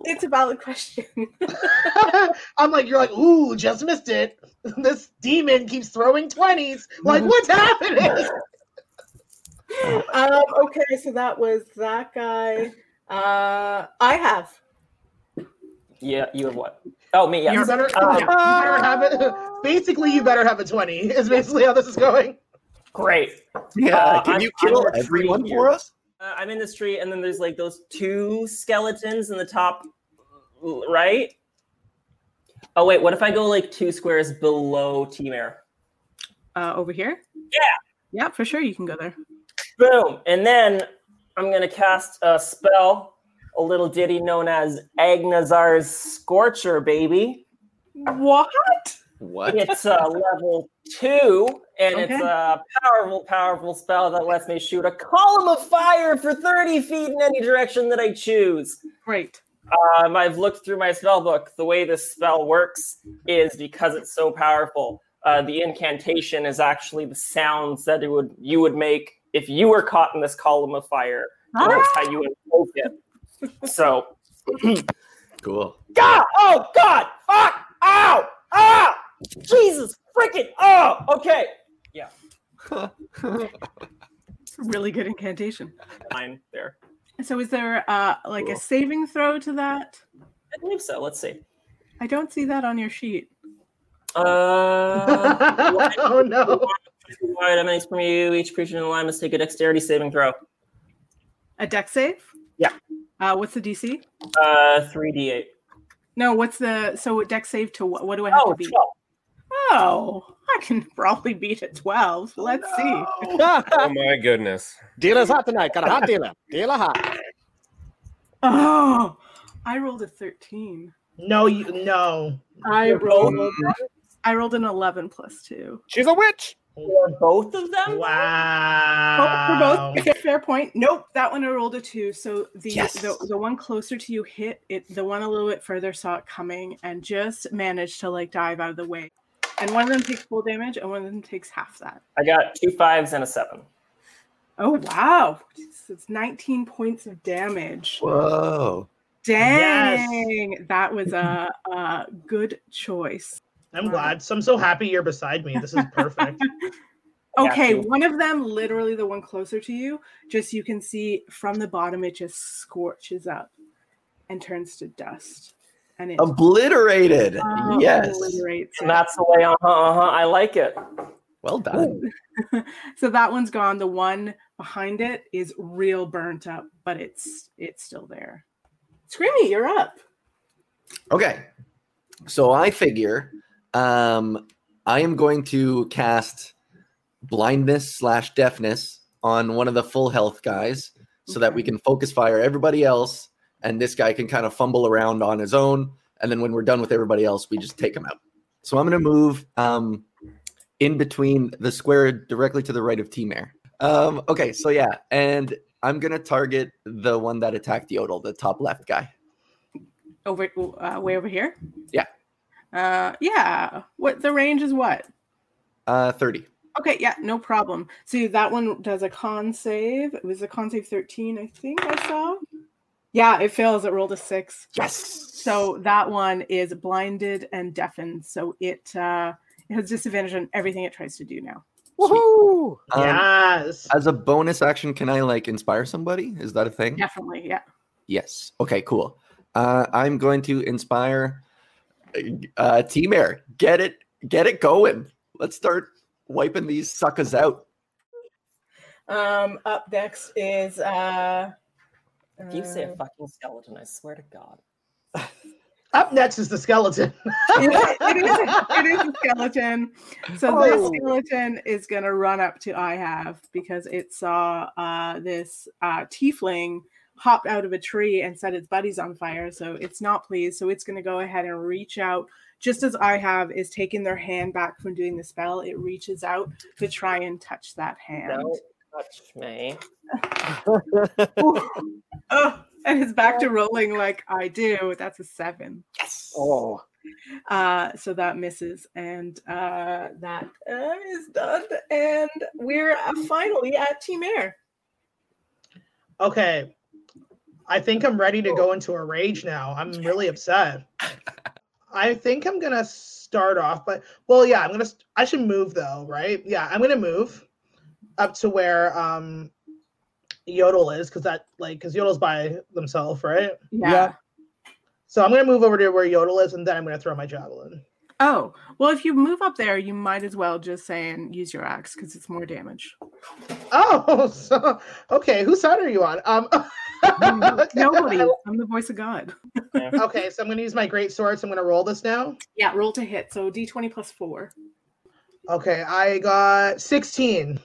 [SPEAKER 4] it's a valid question.
[SPEAKER 7] I'm like, you're like, ooh, just missed it. This demon keeps throwing 20s.
[SPEAKER 4] Mm-hmm.
[SPEAKER 7] Like, what's happening?
[SPEAKER 4] um, okay, so that was that guy. Uh, I have.
[SPEAKER 2] Yeah, you have what? Oh, me. Yes.
[SPEAKER 7] You better,
[SPEAKER 2] Um,
[SPEAKER 7] you
[SPEAKER 5] Oh,
[SPEAKER 7] better have it. Basically, you better have a 20, is basically how this is going.
[SPEAKER 2] Great.
[SPEAKER 1] yeah,
[SPEAKER 2] uh,
[SPEAKER 1] can
[SPEAKER 2] I'm-
[SPEAKER 1] you
[SPEAKER 2] I'm
[SPEAKER 1] kill
[SPEAKER 2] retreating
[SPEAKER 1] everyone
[SPEAKER 2] here.
[SPEAKER 1] for us?
[SPEAKER 2] Uh, I'm in this tree, and then there's like those two skeletons in the top l- right. Oh wait, what if I go like two squares below Team Air?
[SPEAKER 4] Uh, over here. Yeah. Yeah, for sure. You can go there.
[SPEAKER 2] Boom, and then I'm gonna cast a spell a little ditty known as Agnazar's Scorcher, baby.
[SPEAKER 4] What?
[SPEAKER 1] What?
[SPEAKER 2] It's a level two, and it's
[SPEAKER 4] Okay.
[SPEAKER 2] a powerful, powerful spell that lets me shoot a column of fire for 30 feet in any direction that I choose.
[SPEAKER 4] Great.
[SPEAKER 2] Um, I've looked through my spell book. The way this spell works is because it's so powerful. Uh, the incantation is actually the sounds that it would you would make if you were caught in this column of fire. And that's how you invoke it. So,
[SPEAKER 1] Cool.
[SPEAKER 2] God! Oh God! Fuck! Ow! Ow! Jesus! Freaking! Oh! Okay.
[SPEAKER 4] Really good incantation.
[SPEAKER 2] I'm there.
[SPEAKER 4] So is there uh like
[SPEAKER 1] Cool.
[SPEAKER 4] a saving throw to that?
[SPEAKER 2] I believe so. Let's see.
[SPEAKER 4] I don't see that on your sheet.
[SPEAKER 2] Uh,
[SPEAKER 7] oh no.
[SPEAKER 2] wide emanates from you. Each creature in the line must take a dexterity saving throw.
[SPEAKER 4] A deck save?
[SPEAKER 2] Yeah.
[SPEAKER 4] Uh what's the DC?
[SPEAKER 2] Uh, three d eight.
[SPEAKER 4] No, what's the so deck save to what what do I have
[SPEAKER 2] Oh,
[SPEAKER 4] to beat?
[SPEAKER 2] 12.
[SPEAKER 4] Oh, I can probably beat at 12. Let's see.
[SPEAKER 6] Oh my goodness.
[SPEAKER 5] Dealer's hot tonight. Got a hot dealer. Dealer hot.
[SPEAKER 4] Oh, I rolled a 13.
[SPEAKER 7] No, you no.
[SPEAKER 4] I rolled
[SPEAKER 1] Mm,
[SPEAKER 4] I rolled an 11 plus 2.
[SPEAKER 5] She's a witch.
[SPEAKER 2] For both of them?
[SPEAKER 7] Wow.
[SPEAKER 4] Oh, for both. Fair point. Nope, that one I rolled a 2. So the the, the one closer to you hit it the one a little bit further saw it coming and just managed to like dive out of the way. And one of them takes full damage and one of them takes half that.
[SPEAKER 2] I got two fives and a seven.
[SPEAKER 4] Oh wow. It's 19 points of damage.
[SPEAKER 1] Whoa.
[SPEAKER 4] Dang, that was a, a good choice.
[SPEAKER 7] I'm glad. So I'm so happy you're beside me. This is perfect.
[SPEAKER 2] Got
[SPEAKER 4] Okay,
[SPEAKER 2] you.
[SPEAKER 4] one of them, literally the one closer to you, just you can see from the bottom, it just scorches up and turns to dust. And it
[SPEAKER 1] Obliterated.
[SPEAKER 4] uh,
[SPEAKER 1] Um, yes.
[SPEAKER 4] obliterates
[SPEAKER 2] And that's the way. Uh huh. Uh huh. I like it.
[SPEAKER 1] Well done.
[SPEAKER 4] it. so that one's gone. The one behind it is real burnt up, but it's it's still there. Screamy, you're up.
[SPEAKER 1] Okay. So I figure um, I am going to cast blindness slash deafness on one of the full health guys so that we can focus fire everybody else and this guy can kind of fumble around on his own. And then when we're done with everybody else, we just take him out. So I'm going to move um, in between the square directly to the right of T Mare. Um, okay. So yeah. And I'm going to target the one that attacked Yodel, the top left guy.
[SPEAKER 4] Over uh, way over here.
[SPEAKER 1] Yeah.
[SPEAKER 4] Uh, yeah. What the range is? What?
[SPEAKER 1] Uh, 30.
[SPEAKER 4] Okay, yeah, no problem. So that one does a con save. It was a con save 13, I think I saw. Yeah, it fails. It rolled a six.
[SPEAKER 1] Yes.
[SPEAKER 4] So that one is blinded and deafened. So it uh, it has disadvantage on everything it tries to do now.
[SPEAKER 5] Woohoo!
[SPEAKER 1] Um,
[SPEAKER 7] yes.
[SPEAKER 1] As a bonus action, can I like inspire somebody? Is that a thing?
[SPEAKER 4] Definitely, yeah.
[SPEAKER 1] Yes. Okay, cool. Uh, I'm going to inspire uh, Team Air. Get it, get it going. Let's start wiping these suckers out.
[SPEAKER 4] Um, up next is uh,
[SPEAKER 2] If you say a fucking skeleton, I swear to God.
[SPEAKER 7] Up next is the skeleton.
[SPEAKER 4] it, is, it, is a, it is a skeleton. So this
[SPEAKER 5] Oh.
[SPEAKER 4] skeleton is gonna run up to I have because it saw uh, this uh, tiefling hopped out of a tree and set its buddies on fire. So it's not pleased. So it's gonna go ahead and reach out. Just as I have is taking their hand back from doing the spell, it reaches out to try and touch that hand.
[SPEAKER 2] Don't touch me.
[SPEAKER 4] Oh, and it's back to rolling like I do. That's a seven.
[SPEAKER 5] oh,
[SPEAKER 4] Uh, so that misses, and uh, that uh, is done. And we're uh, finally at Team Air.
[SPEAKER 7] Okay. I think I'm ready to go into a rage now. I'm really upset. I think I'm gonna start off, but well, yeah, I'm gonna. St- I should move though, right? Yeah, I'm gonna move up to where um Yodel is, because that like, because Yodel's by themselves, right?
[SPEAKER 5] Yeah.
[SPEAKER 7] So I'm gonna move over to where Yodel is, and then I'm gonna throw my javelin.
[SPEAKER 4] Oh, well, if you move up there, you might as well just say and use your axe because it's more damage.
[SPEAKER 7] Oh, so okay. Whose side are you on? Um, okay,
[SPEAKER 4] Nobody. I'm the voice of God.
[SPEAKER 7] Okay, so I'm gonna use my great sword. So I'm gonna roll this now.
[SPEAKER 4] Yeah, roll to hit. So d20 plus four.
[SPEAKER 7] Okay, I got 16.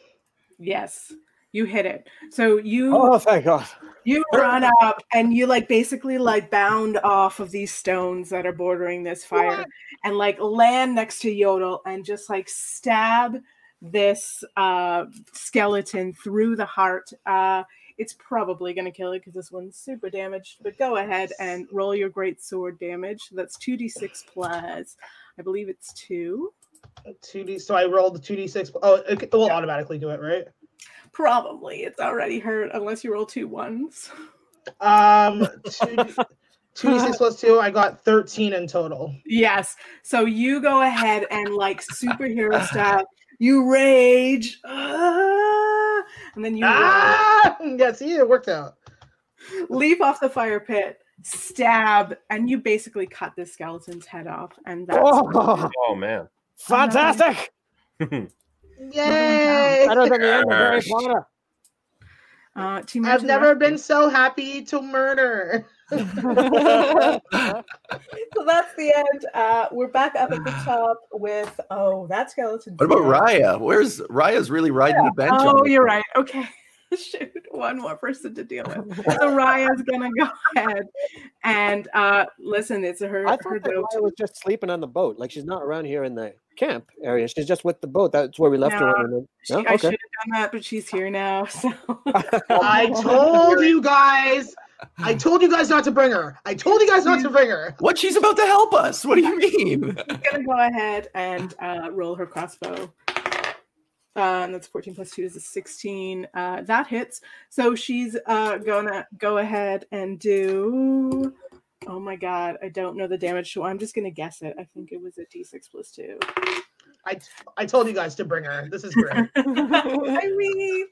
[SPEAKER 4] Yes. you hit it. So you
[SPEAKER 5] Oh, thank God.
[SPEAKER 4] you run up and you like basically like bound off of these stones that are bordering this fire and like land next to Yodel and just like stab this uh skeleton through the heart. Uh it's probably gonna kill it because this one's super damaged, but go ahead and roll your great sword damage. That's 2d6 plus I believe it's two.
[SPEAKER 7] Two D. So I rolled the two D six. Oh, it, it will automatically do it, right?
[SPEAKER 4] Probably it's already hurt unless you roll two ones.
[SPEAKER 7] Um, two D six plus two. I got thirteen in total.
[SPEAKER 4] Yes. So you go ahead and like superhero style, you rage, ah, and then you
[SPEAKER 7] Ah, yeah. See, it worked out.
[SPEAKER 4] leap off the fire pit, stab, and you basically cut this skeleton's head off. And that's
[SPEAKER 5] Oh,
[SPEAKER 6] Oh man.
[SPEAKER 5] fantastic!
[SPEAKER 7] Yay!
[SPEAKER 5] Better than the end of Harry Potter.
[SPEAKER 4] uh, Team
[SPEAKER 7] I've
[SPEAKER 4] Ninja
[SPEAKER 7] never
[SPEAKER 4] Rescue.
[SPEAKER 7] been so happy to murder.
[SPEAKER 4] So that's the end. Uh, we're back up at the top with oh that skeleton.
[SPEAKER 1] What about Raya? Where's Raya's really riding the bench? on
[SPEAKER 4] Oh,
[SPEAKER 1] this
[SPEAKER 4] you're
[SPEAKER 1] one.
[SPEAKER 4] right. Okay. Shoot, one more person to deal with. So Raya's gonna go ahead and uh listen, it's her
[SPEAKER 5] I
[SPEAKER 4] her
[SPEAKER 5] thought that
[SPEAKER 4] go
[SPEAKER 5] Raya was just sleeping on the boat. Like she's not around here in the camp area. She's just with the boat. That's where we left her.
[SPEAKER 4] No,
[SPEAKER 5] when we-
[SPEAKER 4] She,
[SPEAKER 5] No?
[SPEAKER 4] I should
[SPEAKER 5] Okay.
[SPEAKER 4] have done that, but she's here now. So
[SPEAKER 7] I told you guys. I told you guys not to bring her. I told you guys not to bring her.
[SPEAKER 1] What? She's about to help us. What do you mean?
[SPEAKER 4] I'm gonna go ahead and uh, roll her crossbow. Uh, and that's 14 plus 2 is a 16. Uh, that hits. So she's uh, gonna go ahead and do. Oh my god, I don't know the damage, so I'm just gonna guess it. I think it was a d6 plus 2.
[SPEAKER 7] I, I told you guys to bring her. This is great.
[SPEAKER 4] I mean,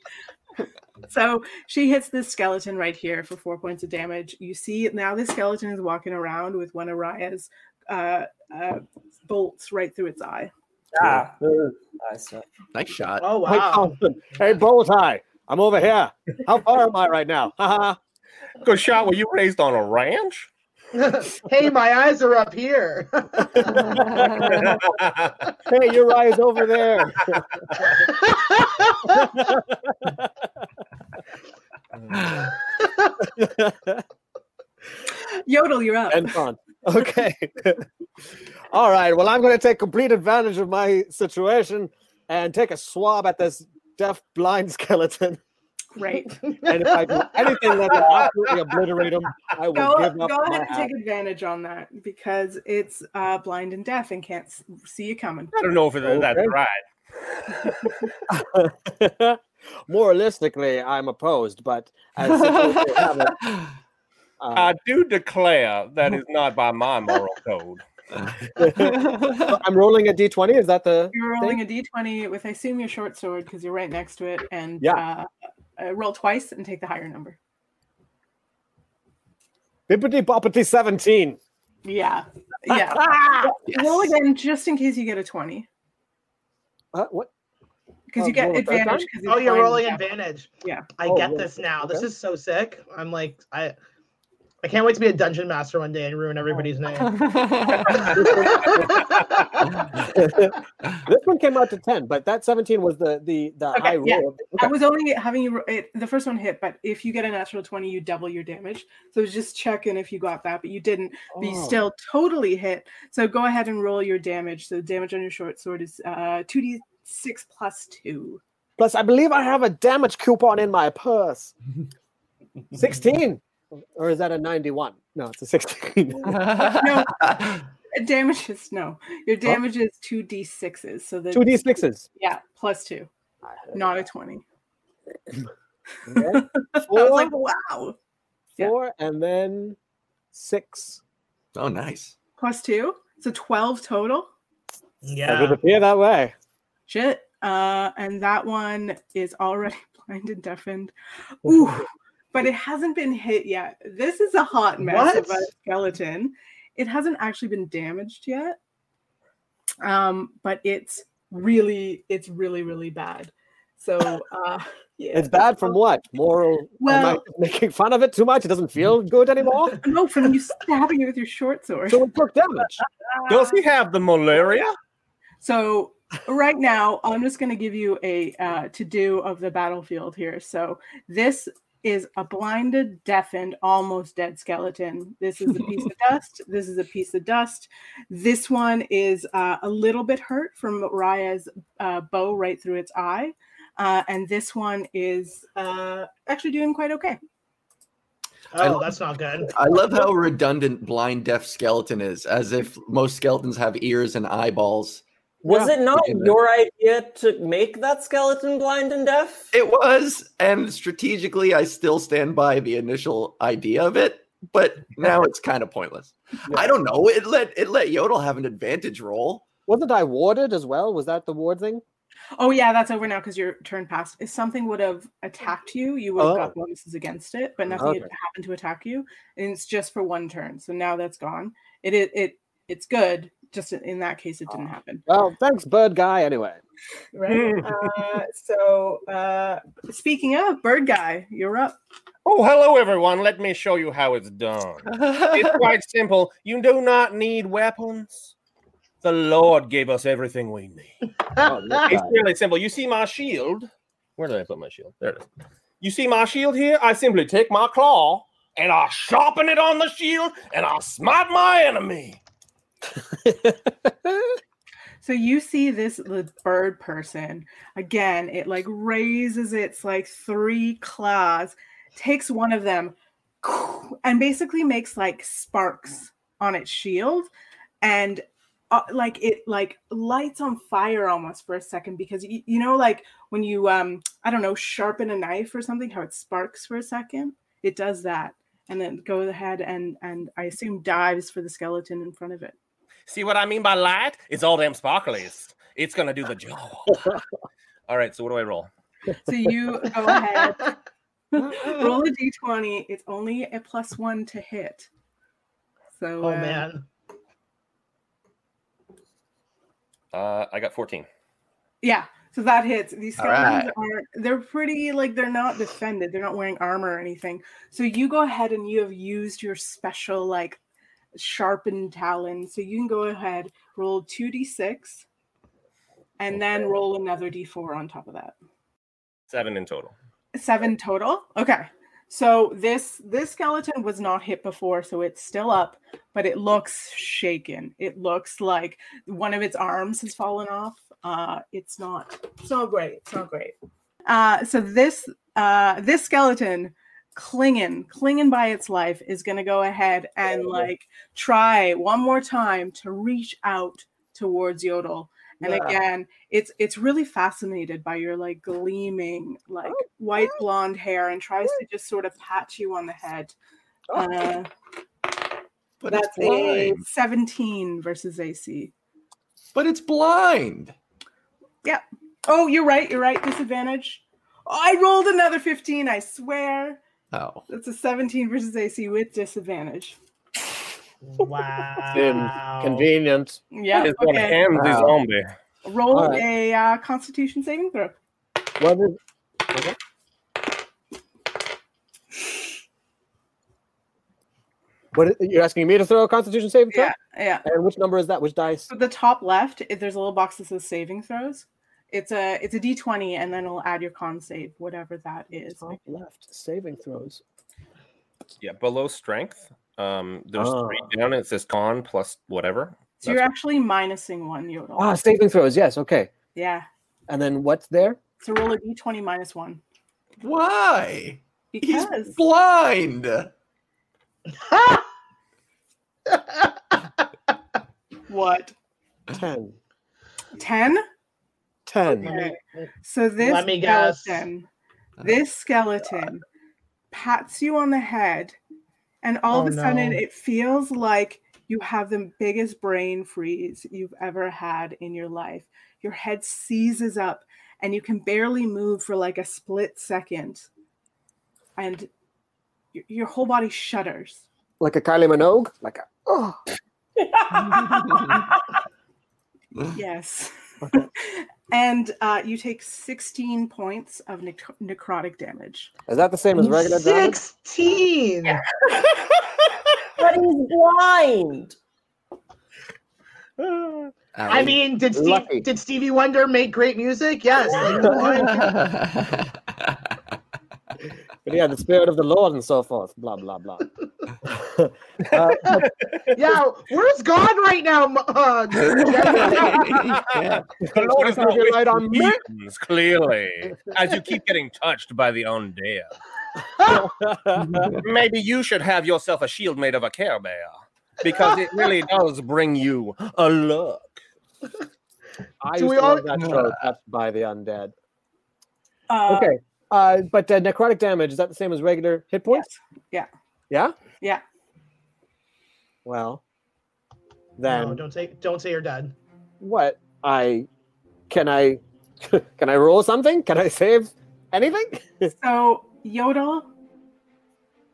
[SPEAKER 4] so she hits this skeleton right here for four points of damage. You see, now this skeleton is walking around with one of Raya's uh, uh, bolts right through its eye.
[SPEAKER 2] Ah, ugh, I see.
[SPEAKER 1] Nice shot.
[SPEAKER 7] Oh
[SPEAKER 5] Mike
[SPEAKER 7] wow.
[SPEAKER 5] Thompson. Hey, Bullseye. I'm over here. How far am I right now? Haha.
[SPEAKER 6] Good shot. Were you raised on a ranch?
[SPEAKER 7] hey, my eyes are up here.
[SPEAKER 5] hey, your Raya's over there.
[SPEAKER 4] Yodel, you're up.
[SPEAKER 5] and fun. Okay. All right. Well, I'm going to take complete advantage of my situation and take a swab at this deaf blind skeleton.
[SPEAKER 4] Great.
[SPEAKER 5] And if I do anything that can absolutely obliterate him, I will
[SPEAKER 4] Go,
[SPEAKER 5] give up
[SPEAKER 4] go
[SPEAKER 5] my
[SPEAKER 4] ahead and
[SPEAKER 5] hat.
[SPEAKER 4] take advantage on that because it's uh, blind and deaf and can't s- see you coming.
[SPEAKER 6] I don't know if it- that's
[SPEAKER 5] Okay.
[SPEAKER 6] right.
[SPEAKER 5] Moralistically, I'm opposed, but as such also have it, uh,
[SPEAKER 6] I do declare that is not by my moral code.
[SPEAKER 5] uh, I'm rolling a d20. Is that the
[SPEAKER 4] You're rolling a d20 with, I assume, your short sword because you're right next to it, and
[SPEAKER 5] Yeah.
[SPEAKER 4] uh, uh, roll twice and take the higher number.
[SPEAKER 5] bippity boppity 17?
[SPEAKER 4] Yeah. Yeah. Roll
[SPEAKER 1] Yes.
[SPEAKER 4] again just in case you get a 20.
[SPEAKER 5] Uh, what?
[SPEAKER 4] Because
[SPEAKER 5] Oh,
[SPEAKER 4] you get
[SPEAKER 5] roll a third
[SPEAKER 4] advantage. 'cause
[SPEAKER 7] oh,
[SPEAKER 4] it's
[SPEAKER 7] you're
[SPEAKER 4] blind
[SPEAKER 7] rolling
[SPEAKER 4] and deaf.
[SPEAKER 7] advantage.
[SPEAKER 4] Yeah.
[SPEAKER 7] I
[SPEAKER 5] Oh,
[SPEAKER 7] get
[SPEAKER 5] roll
[SPEAKER 7] this now. This
[SPEAKER 5] okay.
[SPEAKER 7] is so sick. I'm like I. I can't wait to be a dungeon master one day and ruin
[SPEAKER 4] Oh.
[SPEAKER 7] everybody's name.
[SPEAKER 5] This one came out to 10, but that 17 was the the the
[SPEAKER 4] Okay,
[SPEAKER 5] high roll.
[SPEAKER 4] yeah.
[SPEAKER 5] of-
[SPEAKER 4] I was only having you, ro- it, the first one hit, but if you get a natural 20, you double your damage. So it's just checking if you got that, but you didn't. But you
[SPEAKER 5] Oh.
[SPEAKER 4] still totally hit. So go ahead and roll your damage. So damage on your short sword is uh, 2d6 plus 2.
[SPEAKER 5] Plus, I believe I have a damage coupon in my purse. 16. Or is that a 91? No, it's a 16.
[SPEAKER 4] No, Uh, damage is no. Your damage is 2d6s. So the
[SPEAKER 5] Two D6s.
[SPEAKER 4] yeah, plus 2, not a 20.
[SPEAKER 5] Okay.
[SPEAKER 4] I was
[SPEAKER 5] Four,
[SPEAKER 4] like, wow. yeah.
[SPEAKER 5] four, and then six.
[SPEAKER 1] Oh, nice.
[SPEAKER 4] plus two. So 12 total.
[SPEAKER 5] It would
[SPEAKER 7] yeah.
[SPEAKER 5] appear that way.
[SPEAKER 4] Shit. Uh, and that one is already blind and deafened. Ooh, but it hasn't been hit yet. This is a hot mess of a
[SPEAKER 7] What?
[SPEAKER 4] skeleton. It hasn't actually been damaged yet. Um, but it's really, it's really, really bad. So uh yeah. Oh,
[SPEAKER 5] It's bad from what? Moral. Am I
[SPEAKER 4] Well-
[SPEAKER 5] making fun of it too much? It doesn't feel good anymore.
[SPEAKER 4] no from you stabbing it with your short sword.
[SPEAKER 5] So it took damage.
[SPEAKER 6] Does he have the malaria?
[SPEAKER 4] So right now, I'm just going to give you a uh, to do of the battlefield here. So this is a blinded, deafened, almost dead skeleton. This is a piece of dust. This is a piece of dust. This one is uh, a little bit hurt from Raya's uh, bow right through its eye. Uh, and this one is uh, actually doing quite okay.
[SPEAKER 1] I
[SPEAKER 7] Oh,
[SPEAKER 1] love-
[SPEAKER 7] that's not good.
[SPEAKER 1] I love how redundant blind deaf skeleton is, as if most skeletons have ears and eyeballs.
[SPEAKER 2] Was it not
[SPEAKER 1] Yeah.
[SPEAKER 2] your idea to make that skeleton blind and deaf?
[SPEAKER 1] It was, and strategically, I still stand by the initial idea of it, but now it's kind of pointless. I don't know. It let it let Yodel have an advantage roll.
[SPEAKER 5] Wasn't I warded as well? Was that the ward thing?
[SPEAKER 4] Oh yeah, that's over now because your turn passed. If something would have attacked you, you would have
[SPEAKER 5] Oh.
[SPEAKER 4] got bonuses against it, but nothing had
[SPEAKER 5] Okay.
[SPEAKER 4] happened to attack you, and it's just for one turn. So now that's gone. It it, it it's good. Just in- in that case, it didn't happen.
[SPEAKER 5] Well, thanks, bird guy. Anyway,
[SPEAKER 4] Right.
[SPEAKER 6] Mm.
[SPEAKER 4] uh, so uh, speaking of bird guy, you're up.
[SPEAKER 6] Oh, hello, everyone. Let me show you how it's done. it's quite simple. You do not need weapons. The Lord gave us everything we need.
[SPEAKER 5] Oh,
[SPEAKER 6] It's really simple. You see my shield. Where did I put my shield? There it is. You see my shield here? I simply take my claw and I sharpen it on the shield and I smite my enemy.
[SPEAKER 4] So you see this the bird person again. It like raises its like three claws, takes one of them, and basically makes like sparks on its shield, and uh, like it like lights on fire almost for a second because you, you know like when you um I don't know sharpen a knife or something how it sparks for a second it does that and then go ahead and and I assume dives for the skeleton in front of it.
[SPEAKER 6] See what I mean by light? It's all damn sparklies. It's gonna do the job. all right, so what do I roll?
[SPEAKER 4] So you go ahead
[SPEAKER 7] Oh,
[SPEAKER 4] roll a d20 it's only a plus one to hit so
[SPEAKER 7] oh
[SPEAKER 4] uh,
[SPEAKER 7] man.
[SPEAKER 6] Uh, I got 14.
[SPEAKER 4] yeah so that hits these
[SPEAKER 1] All
[SPEAKER 4] skeletons are they're pretty like they're not defended they're not wearing armor or anything so you go ahead and you have used your special like sharpened talon so you can go ahead roll 2d6 and then roll another d4 on top of that
[SPEAKER 6] Seven in total.
[SPEAKER 4] seven total okay so this this skeleton was not hit before so it's still up but it looks shaken it looks like one of its arms has fallen off uh it's not it's not great it's not great uh so this uh this skeleton clinging clinging by its life is gonna go ahead and like try one more time to reach out towards yodel and
[SPEAKER 7] Yeah.
[SPEAKER 4] again it's it's really fascinated by your like gleaming like
[SPEAKER 1] Oh,
[SPEAKER 4] white blonde hair and tries to just sort of pat you on the head uh,
[SPEAKER 1] Oh, But
[SPEAKER 4] that's
[SPEAKER 1] it's
[SPEAKER 4] a
[SPEAKER 1] blind.
[SPEAKER 4] 17 versus ac
[SPEAKER 1] But it's blind.
[SPEAKER 4] oh you're right you're right disadvantage oh, i rolled another 15 i swear
[SPEAKER 1] Oh,
[SPEAKER 4] that's a 17 versus ac with disadvantage
[SPEAKER 7] Wow.
[SPEAKER 5] convenient.
[SPEAKER 4] yeah
[SPEAKER 6] It's gonna
[SPEAKER 4] Oh, okay
[SPEAKER 6] end this
[SPEAKER 1] Wow.
[SPEAKER 6] zombie.
[SPEAKER 4] roll
[SPEAKER 5] All right.
[SPEAKER 4] a uh, constitution saving throw
[SPEAKER 5] What is, what is, you're asking me to throw a Constitution saving throw?
[SPEAKER 4] yeah yeah
[SPEAKER 5] And which number is that? Which dice?
[SPEAKER 4] So the top left, if there's a little box that says saving throws. It's a it's a D twenty, and then it'll add your con save, whatever that is.
[SPEAKER 5] Top left saving throws.
[SPEAKER 6] Yeah, below strength. Um, there's three
[SPEAKER 5] Ah.
[SPEAKER 6] down and it says con plus whatever.
[SPEAKER 4] So you're actually minusing one yodel.
[SPEAKER 5] Ah, saving throws. Yes, okay.
[SPEAKER 4] Yeah.
[SPEAKER 5] And then what's there?
[SPEAKER 4] So roll a D twenty minus one
[SPEAKER 1] why? He's
[SPEAKER 4] because
[SPEAKER 1] blind.
[SPEAKER 4] what
[SPEAKER 5] Ten.
[SPEAKER 4] ten?
[SPEAKER 5] Ten.
[SPEAKER 4] Okay. So this
[SPEAKER 7] Let me guess.
[SPEAKER 4] skeleton, this skeleton, pats you on the head, and all of
[SPEAKER 7] Oh,
[SPEAKER 4] a sudden
[SPEAKER 7] no.
[SPEAKER 4] it feels like you have the biggest brain freeze you've ever had in your life. Your head seizes up, and you can barely move for like a split second, and y- your whole body shudders.
[SPEAKER 5] Like a Kylie Minogue? Like a, oh.
[SPEAKER 4] Yes. and uh, you take 16 points of nec- necrotic damage.
[SPEAKER 5] Is that the same as regular damage?
[SPEAKER 7] Sixteen.
[SPEAKER 2] But he's blind.
[SPEAKER 7] I mean, did Steve,
[SPEAKER 5] Lucky.
[SPEAKER 7] did Stevie Wonder make great music? Yes. Like,
[SPEAKER 5] But yeah, the spirit of the Lord and so forth. Blah blah blah. uh,
[SPEAKER 7] yeah, where's God right now? m- Uh,
[SPEAKER 1] yeah.
[SPEAKER 6] The Lord is
[SPEAKER 5] That's gonna
[SPEAKER 6] not
[SPEAKER 5] be
[SPEAKER 6] with
[SPEAKER 5] right on me.
[SPEAKER 6] humans, clearly. As you keep getting touched by the undead, maybe you should have yourself a shield made of a Care Bear, because it really does bring you a look.
[SPEAKER 5] I used
[SPEAKER 7] Do we
[SPEAKER 5] to
[SPEAKER 7] all-
[SPEAKER 5] love that show, Touched by the Undead.
[SPEAKER 4] Uh,
[SPEAKER 5] Okay, uh, but uh, necrotic damage is that the same as regular hit points?
[SPEAKER 4] Yes.
[SPEAKER 5] Yeah.
[SPEAKER 4] Yeah.
[SPEAKER 5] Well, then
[SPEAKER 7] no, don't say don't say you're dead.
[SPEAKER 5] what? I can I can I roll something? Can I save anything?
[SPEAKER 4] So Yodel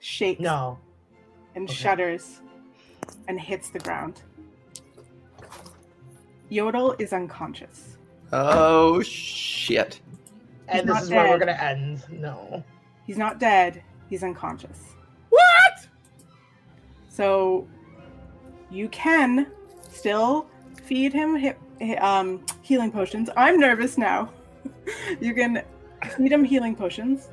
[SPEAKER 4] shakes
[SPEAKER 7] No.
[SPEAKER 4] and
[SPEAKER 7] okay.
[SPEAKER 4] shudders and hits the ground. Yodel is unconscious.
[SPEAKER 1] Oh shit.
[SPEAKER 7] And
[SPEAKER 4] He's
[SPEAKER 7] this
[SPEAKER 4] not
[SPEAKER 7] is where we're
[SPEAKER 4] dead.
[SPEAKER 7] gonna end. No.
[SPEAKER 4] He's not dead, he's unconscious. What? So you can still feed him hi- hi- um, healing potions. I'm nervous now. you can feed him healing potions.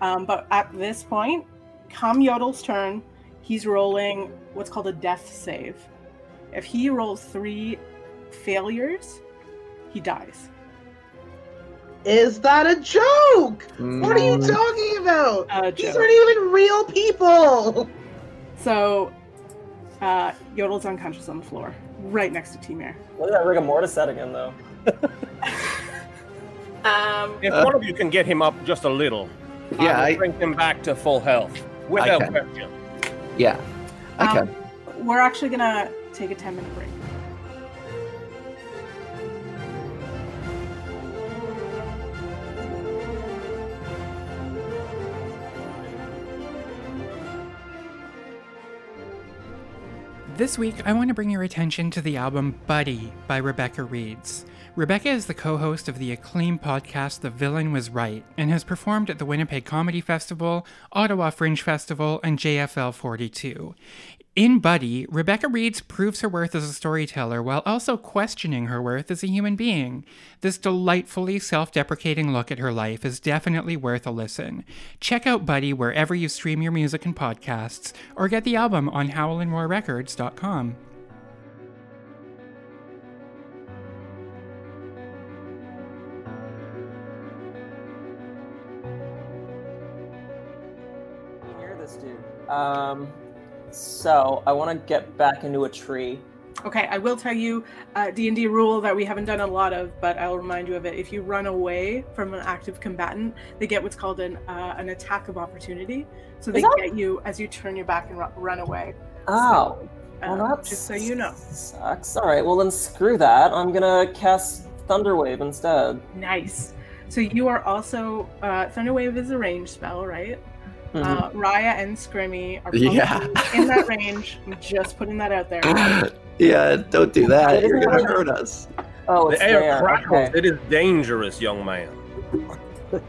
[SPEAKER 4] Um, but at this point, come Yodel's turn, he's rolling what's called a death save. If he rolls three failures, he dies.
[SPEAKER 7] Is that a joke? What are you
[SPEAKER 1] Mm.
[SPEAKER 7] talking about?
[SPEAKER 4] Uh,
[SPEAKER 7] These
[SPEAKER 4] Joe.
[SPEAKER 7] aren't even real people.
[SPEAKER 4] So, uh, Yodel's unconscious on the floor, right next to Timir.
[SPEAKER 2] Look at that rigor mortis set again, though.
[SPEAKER 4] Um,
[SPEAKER 6] If
[SPEAKER 1] Uh.
[SPEAKER 6] one of you can get him up just a little,
[SPEAKER 1] Yeah,
[SPEAKER 6] I will
[SPEAKER 1] I-
[SPEAKER 6] bring him back to full health without
[SPEAKER 1] can.
[SPEAKER 6] question.
[SPEAKER 1] Yeah. I can.
[SPEAKER 4] um, we're actually gonna take a 10 minute break.
[SPEAKER 3] This week, I want to bring your attention to the album Buddy by Rebecca Reeds. Rebecca is the co host of the acclaimed podcast The Villain Was Right and has performed at the Winnipeg Comedy Festival, Ottawa Fringe Festival, and JFL 42. In Buddy, Rebecca Reeds proves her worth as a storyteller while also questioning her worth as a human being. This delightfully self deprecating look at her life is definitely worth a listen. Check out Buddy wherever you stream your music and podcasts, or get the album on howlandroarrecords.com.
[SPEAKER 2] You hear this dude. Um, so I want to get back into a tree.
[SPEAKER 4] Okay, I will tell you uh, D&D rule that we haven't done a lot of, but I'll remind you of it. If you run away from an active combatant, they get what's called an uh, an attack of opportunity. So they
[SPEAKER 2] Is that-
[SPEAKER 4] get you as you turn your back and ru- run away.
[SPEAKER 2] Ow.
[SPEAKER 4] Um,
[SPEAKER 2] Oh. Well, that's
[SPEAKER 4] just so you know.
[SPEAKER 2] Sucks. All right. Well, then screw that. I'm gonna cast Thunderwave instead.
[SPEAKER 4] Nice. So you are also uh, Thunderwave is a range spell, right?
[SPEAKER 2] Mhm.
[SPEAKER 4] Uh, Raya and Scrimmy are
[SPEAKER 1] Yeah.
[SPEAKER 4] probably in that range. I'm just putting that out there.
[SPEAKER 1] yeah, don't do that. You're gonna hurt us.
[SPEAKER 2] oh, it's
[SPEAKER 6] The air
[SPEAKER 2] there.
[SPEAKER 6] crackles.
[SPEAKER 2] Okay.
[SPEAKER 6] It is dangerous, young man.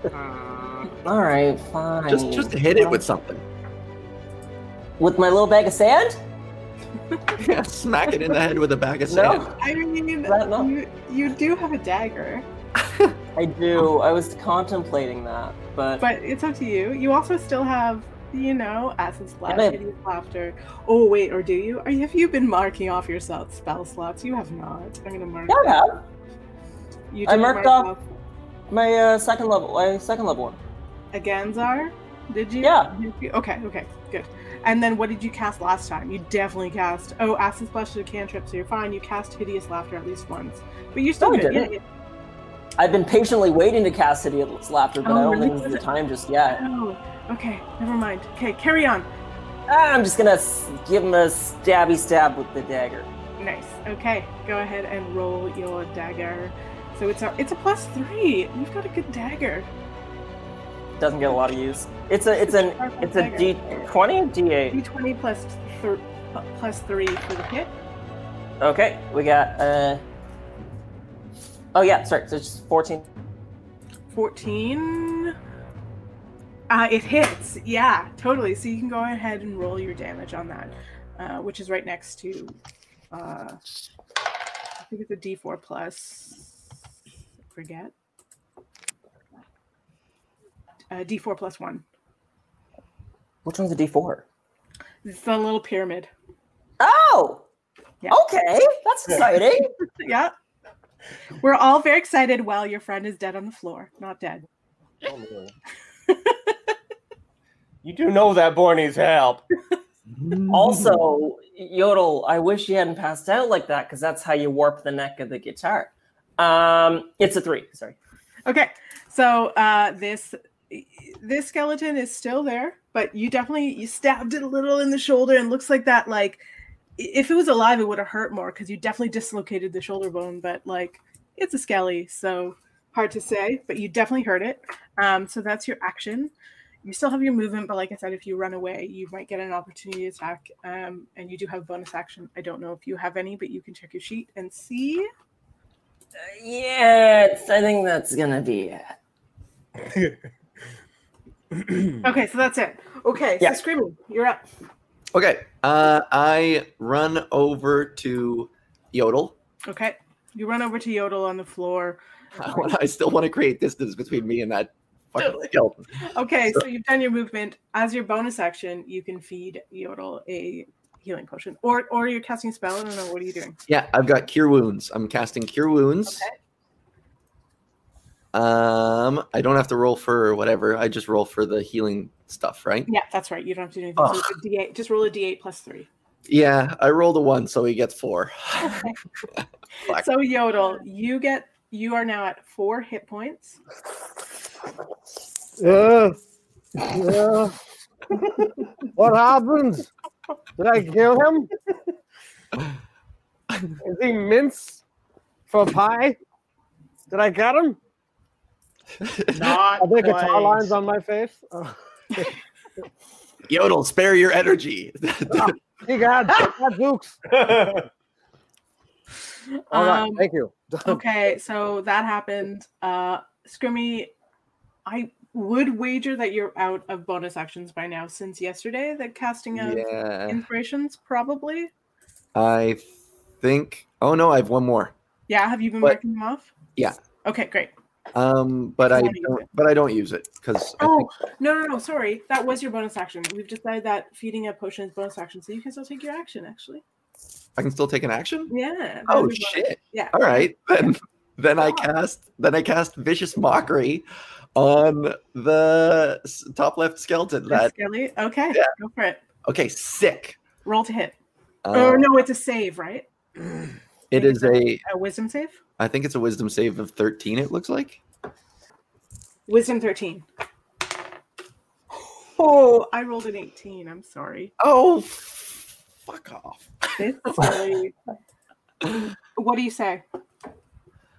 [SPEAKER 7] Uh,
[SPEAKER 2] All right. Fine.
[SPEAKER 1] Just just hit it with something.
[SPEAKER 2] with my little bag of sand.
[SPEAKER 1] Yeah, smack it in the head with a bag of sand.
[SPEAKER 2] No,
[SPEAKER 4] I mean,
[SPEAKER 2] Right now.
[SPEAKER 4] you, you do have a dagger,
[SPEAKER 2] I do. I was contemplating that, but,
[SPEAKER 4] but it's up to you. You also still have, you know, acid splash,
[SPEAKER 2] Yeah, but-
[SPEAKER 4] hideous laughter. Oh wait, or do you? Are you- have you been marking off your spell spell slots? You have not. I'm gonna mark.
[SPEAKER 2] yeah, I have.
[SPEAKER 4] You
[SPEAKER 2] I
[SPEAKER 4] did
[SPEAKER 2] marked
[SPEAKER 4] mark
[SPEAKER 2] off-
[SPEAKER 4] off
[SPEAKER 2] my uh, second level. My second level one.
[SPEAKER 4] again, Zar. Did you?
[SPEAKER 2] Yeah.
[SPEAKER 4] Did you- Okay. Okay. Good. And then what did you cast last time? You definitely cast. Oh, acid splash is a cantrip, so you're fine. You cast hideous laughter at least once, but you still
[SPEAKER 2] No, I
[SPEAKER 4] did. Yeah,
[SPEAKER 2] didn't. I've been patiently waiting to cast City of Laughter, but
[SPEAKER 4] Oh,
[SPEAKER 2] I don't
[SPEAKER 4] really?
[SPEAKER 2] think it's the time just yet.
[SPEAKER 4] Oh, okay. Never mind. Okay, carry on.
[SPEAKER 2] Ah, I'm just gonna s- give him a stabby stab with the dagger.
[SPEAKER 4] Nice. Okay, go ahead and roll your dagger. So it's a it's a plus three. You've got a good dagger.
[SPEAKER 2] Doesn't get a lot of use. It's a it's an
[SPEAKER 4] Powerful
[SPEAKER 2] it's a
[SPEAKER 4] dagger.
[SPEAKER 2] D twenty D
[SPEAKER 4] D
[SPEAKER 2] eight.
[SPEAKER 4] twenty plus thir- plus three for the hit.
[SPEAKER 2] Okay, we got uh. Oh yeah, sorry. So it's just fourteen.
[SPEAKER 4] Fourteen. Uh, it hits. Yeah, totally. So you can go ahead and roll your damage on that, uh, which is right next to. Uh, think it's a D4 plus. Forget. Uh, D4 plus one.
[SPEAKER 2] Which one's a D4?
[SPEAKER 4] It's the little pyramid.
[SPEAKER 8] Oh,
[SPEAKER 4] Yeah.
[SPEAKER 8] okay. That's exciting.
[SPEAKER 4] yeah. We're all very excited while your friend is dead on the floor. Not dead.
[SPEAKER 6] Oh, you do know that Bourne needs help.
[SPEAKER 2] Also, Yodel, I wish you hadn't passed out like that because that's how you warp the neck of the guitar. Um, it's a three. Sorry.
[SPEAKER 4] Okay. So uh, this this skeleton is still there, but you definitely you stabbed it a little in the shoulder and looks like that like i- if it was alive it would have hurt more because you definitely dislocated the shoulder bone, but like it's a skelly, so hard to say, but you definitely hurt it. Um, so that's your action. You still have your movement, but like I said, if you run away, you might get an opportunity attack. Um, and you do have bonus action. I don't know if you have any, but you can check your sheet and see.
[SPEAKER 2] Yeah, it's, I think that's gonna be it.
[SPEAKER 4] Okay, so that's it. Okay, so screaming, you're up.
[SPEAKER 1] Okay. Uh, I run over to Yodel.
[SPEAKER 4] Okay. You run over to Yodel on the floor.
[SPEAKER 1] I, wanna, I still want to create distance between me and that fucking skeleton.
[SPEAKER 4] Okay, so you've done your movement. As your bonus action, you can feed Yodel a healing potion. Or or you're casting a spell. I don't know. What are you doing?
[SPEAKER 1] Yeah, I've got Cure Wounds. I'm casting Cure Wounds. Um, I don't have to roll for whatever. I just roll for the healing stuff, right?
[SPEAKER 4] Yeah, that's right. You don't have to do anything. So it's a D8. Just roll a D8 plus three.
[SPEAKER 1] Yeah, I rolled a one, so he gets four. Fuck.
[SPEAKER 4] So Yodel, you get you are now at four hit points.
[SPEAKER 5] Yeah. Yeah. what happened? Did I kill him? Is he mince for pie? Did I get him?
[SPEAKER 7] Not
[SPEAKER 5] Are there guitar
[SPEAKER 7] quite.
[SPEAKER 5] lines on my face? Oh,
[SPEAKER 1] Yodel, spare your energy.
[SPEAKER 5] he got that Dukes. All right,
[SPEAKER 4] Um,
[SPEAKER 5] thank you.
[SPEAKER 1] Oh.
[SPEAKER 4] okay, so that happened. Uh Scrimmy, I would wager that you're out of bonus actions by now since yesterday, the casting of
[SPEAKER 1] yeah,
[SPEAKER 4] inspirations, probably.
[SPEAKER 1] I think. Oh no, I have one more.
[SPEAKER 4] Yeah, have you been
[SPEAKER 1] But-
[SPEAKER 4] marking them off?
[SPEAKER 1] Yeah.
[SPEAKER 4] Okay, great.
[SPEAKER 1] Um, but I
[SPEAKER 4] Don't use
[SPEAKER 1] don't.
[SPEAKER 4] it.
[SPEAKER 1] But I don't use it because I
[SPEAKER 4] Oh
[SPEAKER 1] think
[SPEAKER 4] no, no, no! Sorry, that was your bonus action. We've decided that feeding a potion is bonus action, so you can still take your action. Actually,
[SPEAKER 1] I can still take an action.
[SPEAKER 4] yeah. that
[SPEAKER 1] Oh
[SPEAKER 4] was your bonus-
[SPEAKER 1] shit!
[SPEAKER 4] Yeah.
[SPEAKER 1] All right, then. Then I cast. Then I cast vicious mockery on the s- top left skeleton.
[SPEAKER 4] That's
[SPEAKER 1] That
[SPEAKER 4] Skelly. Okay,
[SPEAKER 1] Yeah.
[SPEAKER 4] go for it.
[SPEAKER 1] okay, sick.
[SPEAKER 4] Roll to hit.
[SPEAKER 1] Uh,
[SPEAKER 4] oh no, it's a save, right?
[SPEAKER 1] It is a.
[SPEAKER 4] A wisdom save.
[SPEAKER 1] I think it's a wisdom save of thirteen. It looks like.
[SPEAKER 4] Wisdom thirteen. Oh, I rolled an eighteen. I'm sorry.
[SPEAKER 1] Oh, f- fuck off.
[SPEAKER 4] This is really. what do you say?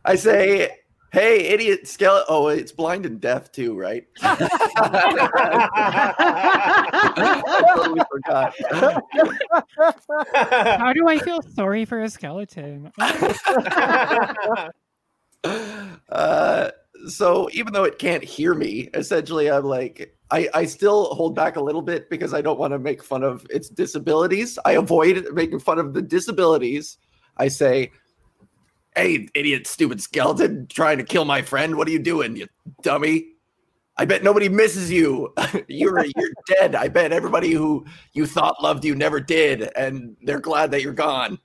[SPEAKER 1] I say, hey, idiot skeleton. Oh, it's blind and deaf too, right? I totally forgot.
[SPEAKER 3] How do I feel sorry for a skeleton?
[SPEAKER 1] Uh, so even though it can't hear me, essentially, I'm like, I, I still hold back a little bit because I don't want to make fun of its disabilities. I avoid making fun of the disabilities. I say, hey, idiot, stupid skeleton, trying to kill my friend. What are you doing, you dummy? I bet nobody misses you. you're you're dead. I bet everybody who you thought loved you never did, and they're glad that you're gone.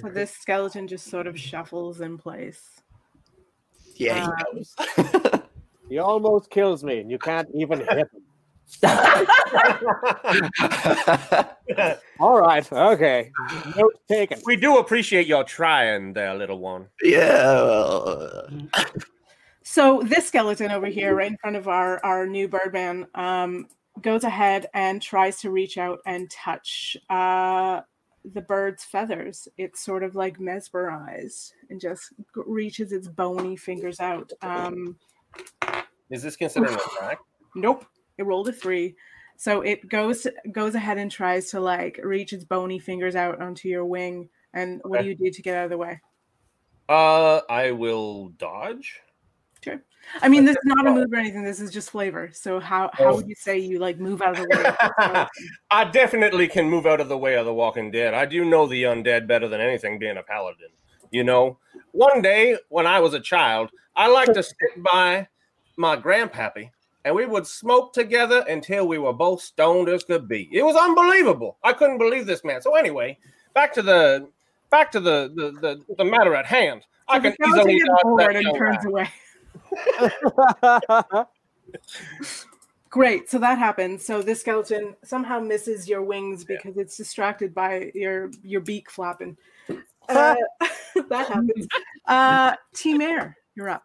[SPEAKER 4] So this skeleton just sort of shuffles in place.
[SPEAKER 1] Yeah,
[SPEAKER 4] Um,
[SPEAKER 1] he knows.
[SPEAKER 5] He almost kills me, and you can't even hit him. All right, okay. Note taken.
[SPEAKER 6] we do appreciate your trying there, little one.
[SPEAKER 1] yeah. well,
[SPEAKER 4] So this skeleton over here, right in front of our our new birdman, um, goes ahead and tries to reach out and touch uh, the bird's feathers. It's sort of like mesmerized and just g- reaches its bony fingers out. Um,
[SPEAKER 6] Is this considered an attack?
[SPEAKER 4] nope, it rolled a three. So it goes goes ahead and tries to like reach its bony fingers out onto your wing. And what do you do to get out of the way?
[SPEAKER 6] Uh, I will dodge.
[SPEAKER 4] Sure. I mean, this is not a move or anything. This is just flavor. So how how would you say you like move out of the way?
[SPEAKER 6] I definitely can move out of the way of the Walking Dead. I do know the undead better than anything, being a paladin. You know, one day when I was a child, I liked to sit by my grandpappy and we would smoke together until we were both stoned as could be. It was unbelievable. I couldn't believe this man. So anyway, back to the back to the the the, the matter at hand. I
[SPEAKER 4] If
[SPEAKER 6] can
[SPEAKER 4] it goes
[SPEAKER 6] easily
[SPEAKER 4] again
[SPEAKER 6] dodge
[SPEAKER 4] forward
[SPEAKER 6] that
[SPEAKER 4] and
[SPEAKER 6] young
[SPEAKER 4] turns
[SPEAKER 6] guy.
[SPEAKER 4] away. Great. So that happens. So this skeleton somehow misses your wings because it's distracted by your your beak flapping. Uh, that happens. Uh, Team Air, you're up.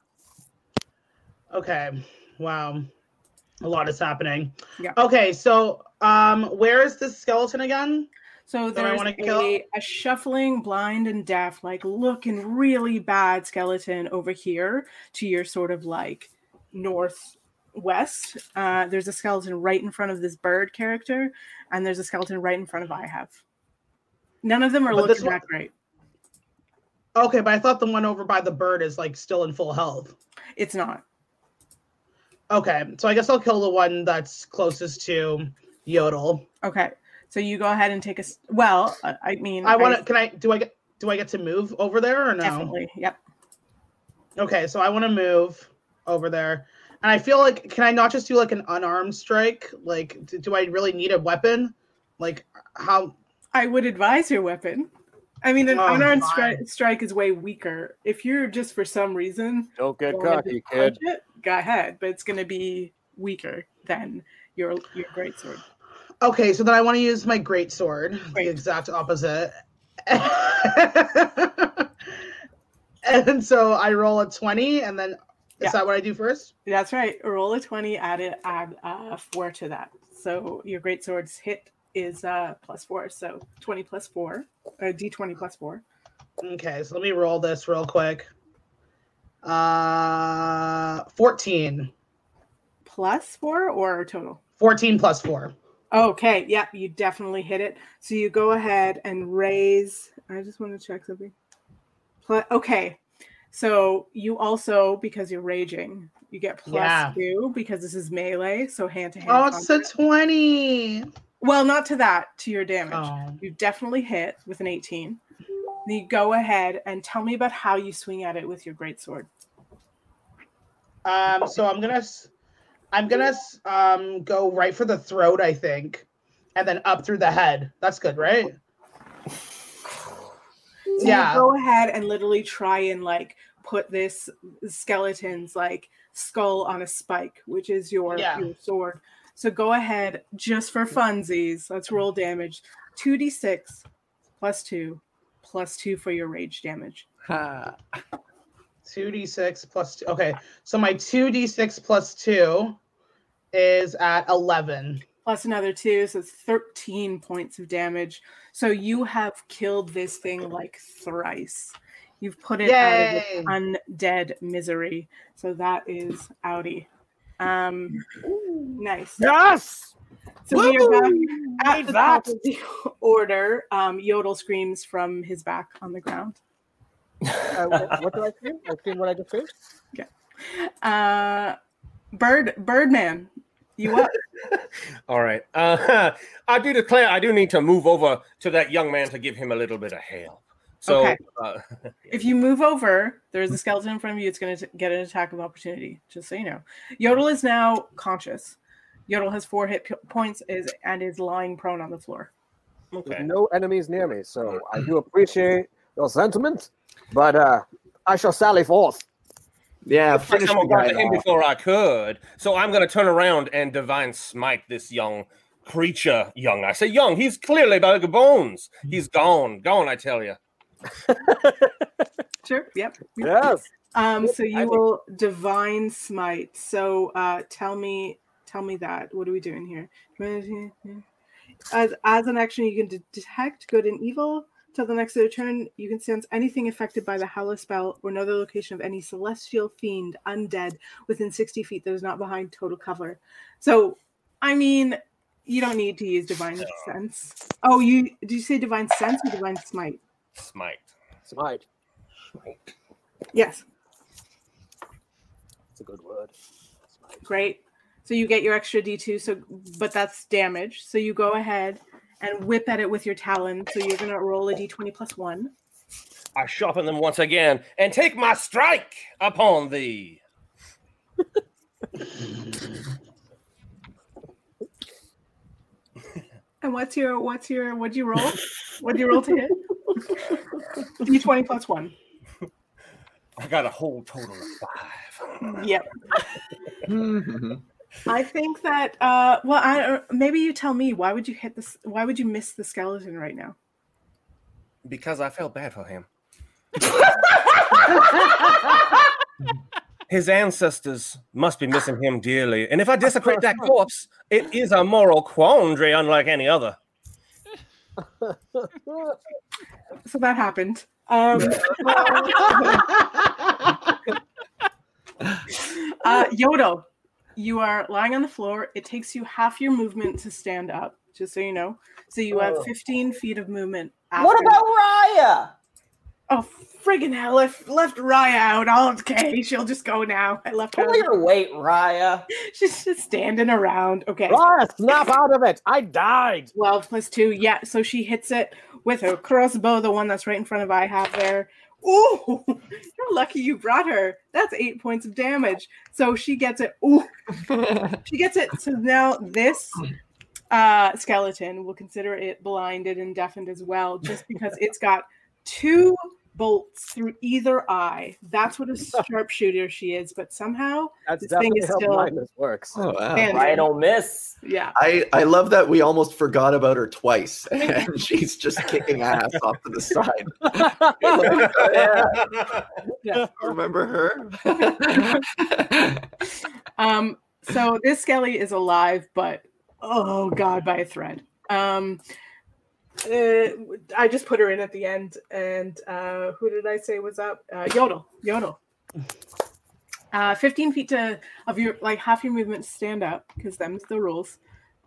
[SPEAKER 7] Okay. Wow. A lot is happening.
[SPEAKER 4] Yeah.
[SPEAKER 7] Okay, so um where is this skeleton again?
[SPEAKER 4] So
[SPEAKER 7] That I
[SPEAKER 4] there's
[SPEAKER 7] wanna kill?
[SPEAKER 4] a, a shuffling, blind, and deaf, like looking really bad skeleton over here to your sort of like northwest. Uh, there's a skeleton right in front of this bird character, and there's a skeleton right in front of I have. None of them are
[SPEAKER 7] But this
[SPEAKER 4] looking
[SPEAKER 7] one-
[SPEAKER 4] that great.
[SPEAKER 7] Okay, but I thought the one over by the bird is like still in full health.
[SPEAKER 4] It's not.
[SPEAKER 7] Okay, so I guess I'll kill the one that's closest to Yodel.
[SPEAKER 4] Okay. So you go ahead and take a. s- Well, I I mean,
[SPEAKER 7] I want to. Can I? Do I get? Do I get to move over there or no?
[SPEAKER 4] Definitely. Yep.
[SPEAKER 7] Okay, so I want to move over there, and I feel like can I not just do like an unarmed strike? Like, do, do I really need a weapon? Like, how?
[SPEAKER 4] I would advise your weapon. I mean, an
[SPEAKER 7] Oh,
[SPEAKER 4] unarmed
[SPEAKER 7] fine.
[SPEAKER 4] stri- strike is way weaker. If you're just for some reason
[SPEAKER 5] Don't get
[SPEAKER 4] wanna
[SPEAKER 5] cocky,
[SPEAKER 4] just
[SPEAKER 5] kid.
[SPEAKER 4] punch it, go ahead, but it's going to be weaker than your your great sword.
[SPEAKER 7] Okay, so then I want to use my great sword,
[SPEAKER 4] Great.
[SPEAKER 7] the exact opposite. and so I roll a twenty, and then is
[SPEAKER 4] Yeah.
[SPEAKER 7] that what I do first?
[SPEAKER 4] That's right. Roll a twenty. Add it. Add uh, four to that. So your great sword's hit is uh, plus four. So twenty plus four. Uh, D twenty plus four.
[SPEAKER 7] Okay, so let me roll this real quick. Uh, fourteen.
[SPEAKER 4] Plus four or total.
[SPEAKER 7] 14 plus 4.
[SPEAKER 4] Okay, yep, you definitely hit it. So you go ahead and raise. I just want to check something. Pl- okay, so you also because you're raging, you get plus
[SPEAKER 7] Yeah.
[SPEAKER 4] two because this is melee, so hand to hand.
[SPEAKER 7] Oh, it's a 20.
[SPEAKER 4] well, not to that, to your damage.
[SPEAKER 7] Oh.
[SPEAKER 4] You definitely hit with an 18. Then you go ahead and tell me about how you swing at it with your greatsword.
[SPEAKER 7] Um, so I'm gonna s- I'm gonna s- um go right for the throat, I think, and then up through the head. That's good, right?
[SPEAKER 4] So
[SPEAKER 7] Yeah.
[SPEAKER 4] you go ahead and literally try and like put this skeleton's like skull on a spike, which is your,
[SPEAKER 7] Yeah.
[SPEAKER 4] your sword. So go ahead just for funsies. Let's roll damage. 2d6 plus 2 plus 2 for your rage damage.
[SPEAKER 1] Ha.
[SPEAKER 7] 2d6 plus 2. Okay. So my 2d6 plus 2 is at 11.
[SPEAKER 4] plus another two, so it's 13 points of damage. So you have killed this thing like thrice. You've put it
[SPEAKER 7] Yay.
[SPEAKER 4] out of its undead misery. So that is outie. Um, nice.
[SPEAKER 5] Yes.
[SPEAKER 4] So we are back at
[SPEAKER 5] Need
[SPEAKER 4] the
[SPEAKER 5] that.
[SPEAKER 4] top of the order. Um, Yodel screams from his back on the ground.
[SPEAKER 5] Uh, what, what do I see? I see what I just see.
[SPEAKER 4] Uh, Bird Birdman, you up?
[SPEAKER 6] All right. Uh, I do declare I do need to move over to that young man to give him a little bit of help. So
[SPEAKER 4] Okay.
[SPEAKER 6] uh,
[SPEAKER 4] If you move over, there is a skeleton in front of you. It's going to get an attack of opportunity, just so you know. Yodel is now conscious. Yodel has four hit p- points is, and is lying prone on the floor.
[SPEAKER 5] With
[SPEAKER 6] okay.
[SPEAKER 5] no enemies near me, so I do appreciate your sentiment, but uh, I shall sally forth.
[SPEAKER 1] Yeah,
[SPEAKER 6] Like
[SPEAKER 1] finish
[SPEAKER 6] someone
[SPEAKER 1] the
[SPEAKER 6] got
[SPEAKER 1] guy
[SPEAKER 6] to him
[SPEAKER 1] off.
[SPEAKER 6] before I could. So I'm going to turn around and divine smite this young creature. Young, I say young. He's clearly by the bones.
[SPEAKER 5] Hmm.
[SPEAKER 6] He's gone, gone. I tell you.
[SPEAKER 4] Sure. Yep.
[SPEAKER 5] Yes.
[SPEAKER 4] Um, so
[SPEAKER 5] I
[SPEAKER 4] you
[SPEAKER 5] think-
[SPEAKER 4] will divine smite. So uh, tell me, tell me that. What are we doing here? As as an action, you can de- detect good and evil. Till the next of your turn, you can sense anything affected by the Hallow spell or another location of any celestial fiend, undead, within 60 feet that is not behind total cover. So, I mean, you don't need to use divine sense. Oh, you did you say divine sense or divine smite?
[SPEAKER 6] Smite.
[SPEAKER 5] Smite.
[SPEAKER 4] Yes.
[SPEAKER 5] It's a good word.
[SPEAKER 4] Great. So you get your extra D2, so but that's damage. So you go ahead and whip at it with your talon. So you're gonna roll a D20 plus one.
[SPEAKER 6] I sharpen them once again and take my strike upon thee.
[SPEAKER 4] And what's your what's your what'd you roll? What'd you roll to hit? D20 plus one.
[SPEAKER 6] I got a whole total of five.
[SPEAKER 4] Yep. I think that uh well I or maybe you tell me why would you hit this why would you miss the skeleton right now?
[SPEAKER 6] Because I felt bad for him. His ancestors must be missing him dearly. And if I desecrate that corpse, it is a moral quandary unlike any other.
[SPEAKER 4] So that happened. Um uh Yodel, you are lying on the floor. It takes you half your movement to stand up, just so you know. So you have 15 feet of movement after
[SPEAKER 8] Oh. What about Raya?
[SPEAKER 4] Oh, friggin' hell. I f- left Raya out. Oh, okay. She'll just go now. I left her.
[SPEAKER 8] Pull your weight, Raya.
[SPEAKER 4] She's just standing around. Okay.
[SPEAKER 5] Raya, Ah, snap out of it! I died.
[SPEAKER 4] 12 plus 2. Yeah. So she hits it with her crossbow, the one that's right in front of IHAB there. Ooh, you're lucky you brought her. That's eight points of damage. So she gets it. Ooh, she gets it. So now this uh, skeleton will consider it blinded and deafened as well, just because it's got two bolts through either eye. That's what a sharpshooter she is. But somehow,
[SPEAKER 5] That's
[SPEAKER 4] This thing
[SPEAKER 5] definitely
[SPEAKER 4] is
[SPEAKER 5] how
[SPEAKER 4] still-
[SPEAKER 5] blindness works.
[SPEAKER 1] Oh, wow.
[SPEAKER 4] and-
[SPEAKER 2] Raya don't miss.
[SPEAKER 4] yeah.
[SPEAKER 1] I, I love that we almost forgot about her twice, and she's just kicking ass off to the side. yeah, remember her?
[SPEAKER 4] Um, so this Skelly is alive, but oh god, by a thread. Um, uh, I just put her in at the end, and uh, who did I say was up? Uh, Yodel, Yodel. Uh, 15 feet to of your like half your movement to stand up because them's the rules.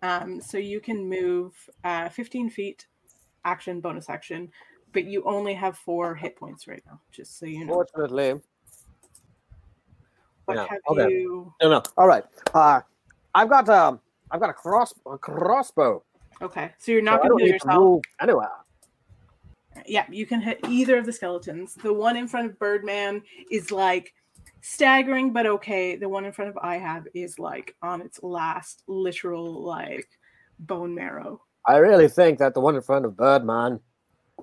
[SPEAKER 4] Um, so you can move uh, 15 feet, action, bonus action, but you only have four hit points right now, just so you know.
[SPEAKER 5] Fortunately,
[SPEAKER 4] What
[SPEAKER 5] Oh, yeah,
[SPEAKER 4] have
[SPEAKER 5] okay.
[SPEAKER 4] you?
[SPEAKER 5] no, no. All right. Uh, I've got um, I've got a cross a crossbow.
[SPEAKER 4] Okay, so you're
[SPEAKER 5] so
[SPEAKER 4] not going
[SPEAKER 5] I don't
[SPEAKER 4] to do
[SPEAKER 5] need to
[SPEAKER 4] yourself.
[SPEAKER 5] move anywhere.
[SPEAKER 4] Yeah, you can hit either of the skeletons. The one in front of Birdman is like staggering, but okay. The one in front of I have is like on its last literal like bone marrow.
[SPEAKER 5] I really think that the one in front of Birdman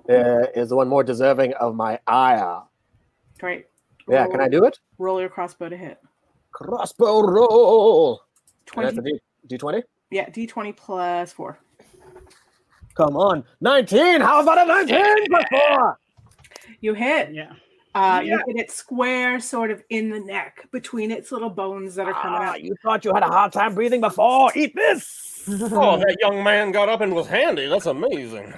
[SPEAKER 5] uh, is the one more deserving of my ire.
[SPEAKER 4] Great.
[SPEAKER 5] Yeah, can I do it?
[SPEAKER 4] Roll your crossbow to hit.
[SPEAKER 5] Crossbow roll. And That's a
[SPEAKER 4] 20,
[SPEAKER 5] D, D20.
[SPEAKER 4] yeah, d20 plus four.
[SPEAKER 5] Come on. 19. How about a 19 plus 4?
[SPEAKER 4] You hit.
[SPEAKER 9] Yeah.
[SPEAKER 4] Uh, You hit it square, sort of in the neck, between its little bones that are coming
[SPEAKER 5] Ah,
[SPEAKER 4] out.
[SPEAKER 5] you thought you had a hard time breathing before. Eat this.
[SPEAKER 6] Oh, that young man got up and was handy. That's amazing.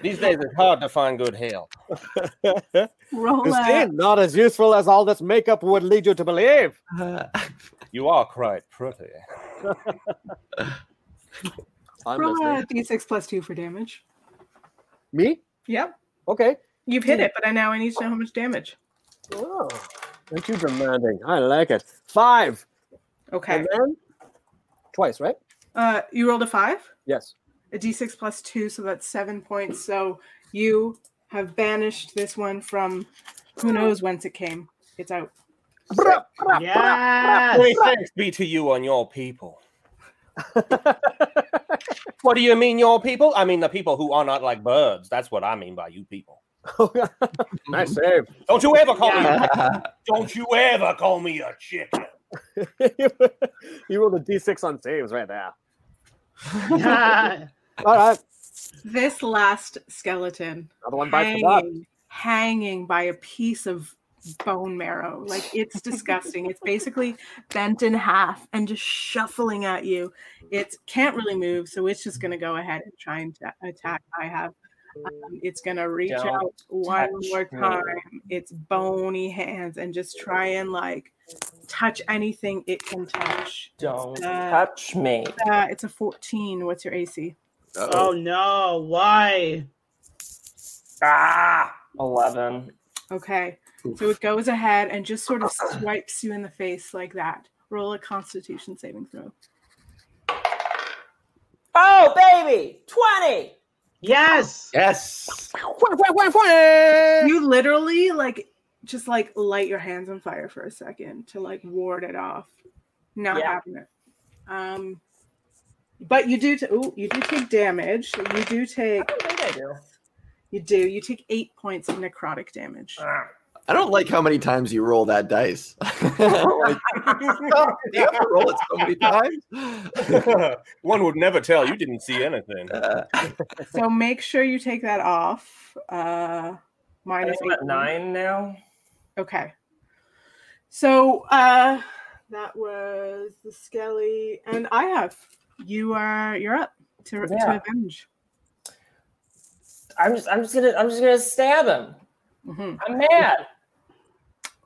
[SPEAKER 6] These days it's hard to find good help.
[SPEAKER 5] Ah,
[SPEAKER 4] Roll
[SPEAKER 5] This
[SPEAKER 4] a-
[SPEAKER 5] ain't not as useful as all this makeup would lead you to believe.
[SPEAKER 6] You are quite pretty.
[SPEAKER 5] I'm
[SPEAKER 4] roll a
[SPEAKER 5] listening.
[SPEAKER 4] d6 plus two for damage.
[SPEAKER 5] Me?
[SPEAKER 4] Yep.
[SPEAKER 5] Okay.
[SPEAKER 4] You've hit it, but I now I need to know how much damage.
[SPEAKER 5] Oh, not too demanding. I like it. Five.
[SPEAKER 4] Okay.
[SPEAKER 5] And then twice, right?
[SPEAKER 4] Uh, you rolled a five,
[SPEAKER 5] Yes.
[SPEAKER 4] a d6 plus two, so that's seven points. So you have banished this one from who knows whence it came. It's out.
[SPEAKER 5] Bruh, bruh,
[SPEAKER 7] Yes.
[SPEAKER 6] Many thanks be to you and your people. what do you mean, your people? I mean the people who are not like birds. That's what I mean by you people.
[SPEAKER 5] bruh. Oh, nice save.
[SPEAKER 6] Don't you ever call me. Don't you ever call me a chicken.
[SPEAKER 5] you rolled a d6 on saves right there.
[SPEAKER 7] Yeah.
[SPEAKER 5] All right.
[SPEAKER 4] This last skeleton
[SPEAKER 5] Another one bites the dust.
[SPEAKER 4] hanging, hanging by a piece of bone marrow. Like it's disgusting. it's basically bent in half and just shuffling at you. It can't really move, so it's just going to go ahead and try and ta- attack. I have. Um, it's going to reach
[SPEAKER 6] Don't
[SPEAKER 4] out one
[SPEAKER 6] touch
[SPEAKER 4] more
[SPEAKER 6] me.
[SPEAKER 4] time. Its bony hands and just try and like touch anything it can touch.
[SPEAKER 2] Don't
[SPEAKER 4] Uh,
[SPEAKER 2] touch me.
[SPEAKER 4] Uh, it's a 14. What's your AC?
[SPEAKER 7] Oh no! Why?
[SPEAKER 2] Ah, eleven.
[SPEAKER 4] Okay. So it goes ahead and just sort of swipes you in the face like that. Roll a constitution saving throw.
[SPEAKER 8] Oh, baby! 20!
[SPEAKER 7] Yes.
[SPEAKER 1] Yes.
[SPEAKER 4] You literally like just like light your hands on fire for a second to like ward it off. Not
[SPEAKER 2] Yeah.
[SPEAKER 4] having it. Um but you do t- ooh, you do take damage. You do take
[SPEAKER 2] I think I do.
[SPEAKER 4] you do you take eight points of necrotic damage.
[SPEAKER 2] Ah.
[SPEAKER 1] I don't like how many times you roll that dice. Like, stop. Do you have to roll it so many times?
[SPEAKER 6] One would never tell. You didn't see anything.
[SPEAKER 1] Uh,
[SPEAKER 4] So make sure you take that off. Uh
[SPEAKER 2] I
[SPEAKER 4] minus
[SPEAKER 2] think I'm
[SPEAKER 4] eight
[SPEAKER 2] at nine now.
[SPEAKER 4] Okay. So uh that was the Skelly and I have. You are you're up to,
[SPEAKER 2] Yeah.
[SPEAKER 4] to avenge.
[SPEAKER 2] I'm just, I'm just gonna, I'm just gonna stab him.
[SPEAKER 4] Mhm.
[SPEAKER 2] I'm mad.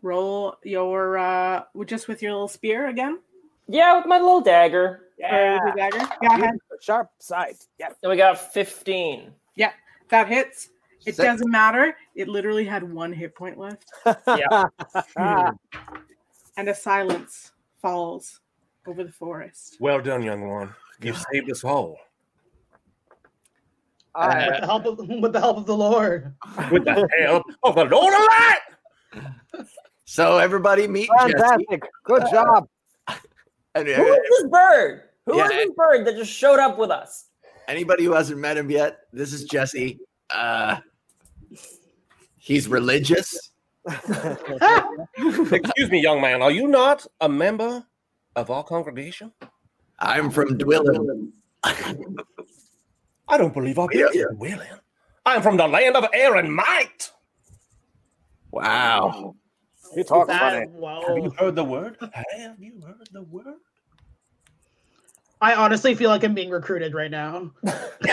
[SPEAKER 4] Roll your uh with- just with your little spear again.
[SPEAKER 2] Yeah, with my little dagger.
[SPEAKER 4] Or the dagger. Go ahead.
[SPEAKER 5] Sharp side. Yeah.
[SPEAKER 2] And we got 15.
[SPEAKER 4] That hits.
[SPEAKER 1] Six.
[SPEAKER 4] It doesn't matter. It literally had one hit point left.
[SPEAKER 5] Ah,
[SPEAKER 4] And a silence falls over the forest.
[SPEAKER 6] Well done, young one. You've saved us all.
[SPEAKER 5] all right.
[SPEAKER 7] With the help of with the help of the Lord.
[SPEAKER 6] With the help of the Lord of Light.
[SPEAKER 1] so everybody meet Jesse.
[SPEAKER 5] Fantastic. Good job.
[SPEAKER 1] And,
[SPEAKER 8] Who
[SPEAKER 1] uh,
[SPEAKER 8] is this bird? Who is
[SPEAKER 1] Yeah.
[SPEAKER 8] this bird that just showed up with us?
[SPEAKER 1] anybody who hasn't met him yet, this is Jesse. Uh, he's religious.
[SPEAKER 6] Excuse me, young man. Are you not a member of our congregation?
[SPEAKER 1] I'm from Dwillum.
[SPEAKER 6] I don't believe I'll be
[SPEAKER 1] Yeah, yeah.
[SPEAKER 6] willing. I'm from the land of air and might.
[SPEAKER 1] Wow.
[SPEAKER 5] You talk
[SPEAKER 7] That,
[SPEAKER 5] funny.
[SPEAKER 6] Have you
[SPEAKER 7] wow.
[SPEAKER 6] heard the word? Have you heard the word?
[SPEAKER 7] I honestly feel like I'm being recruited right now.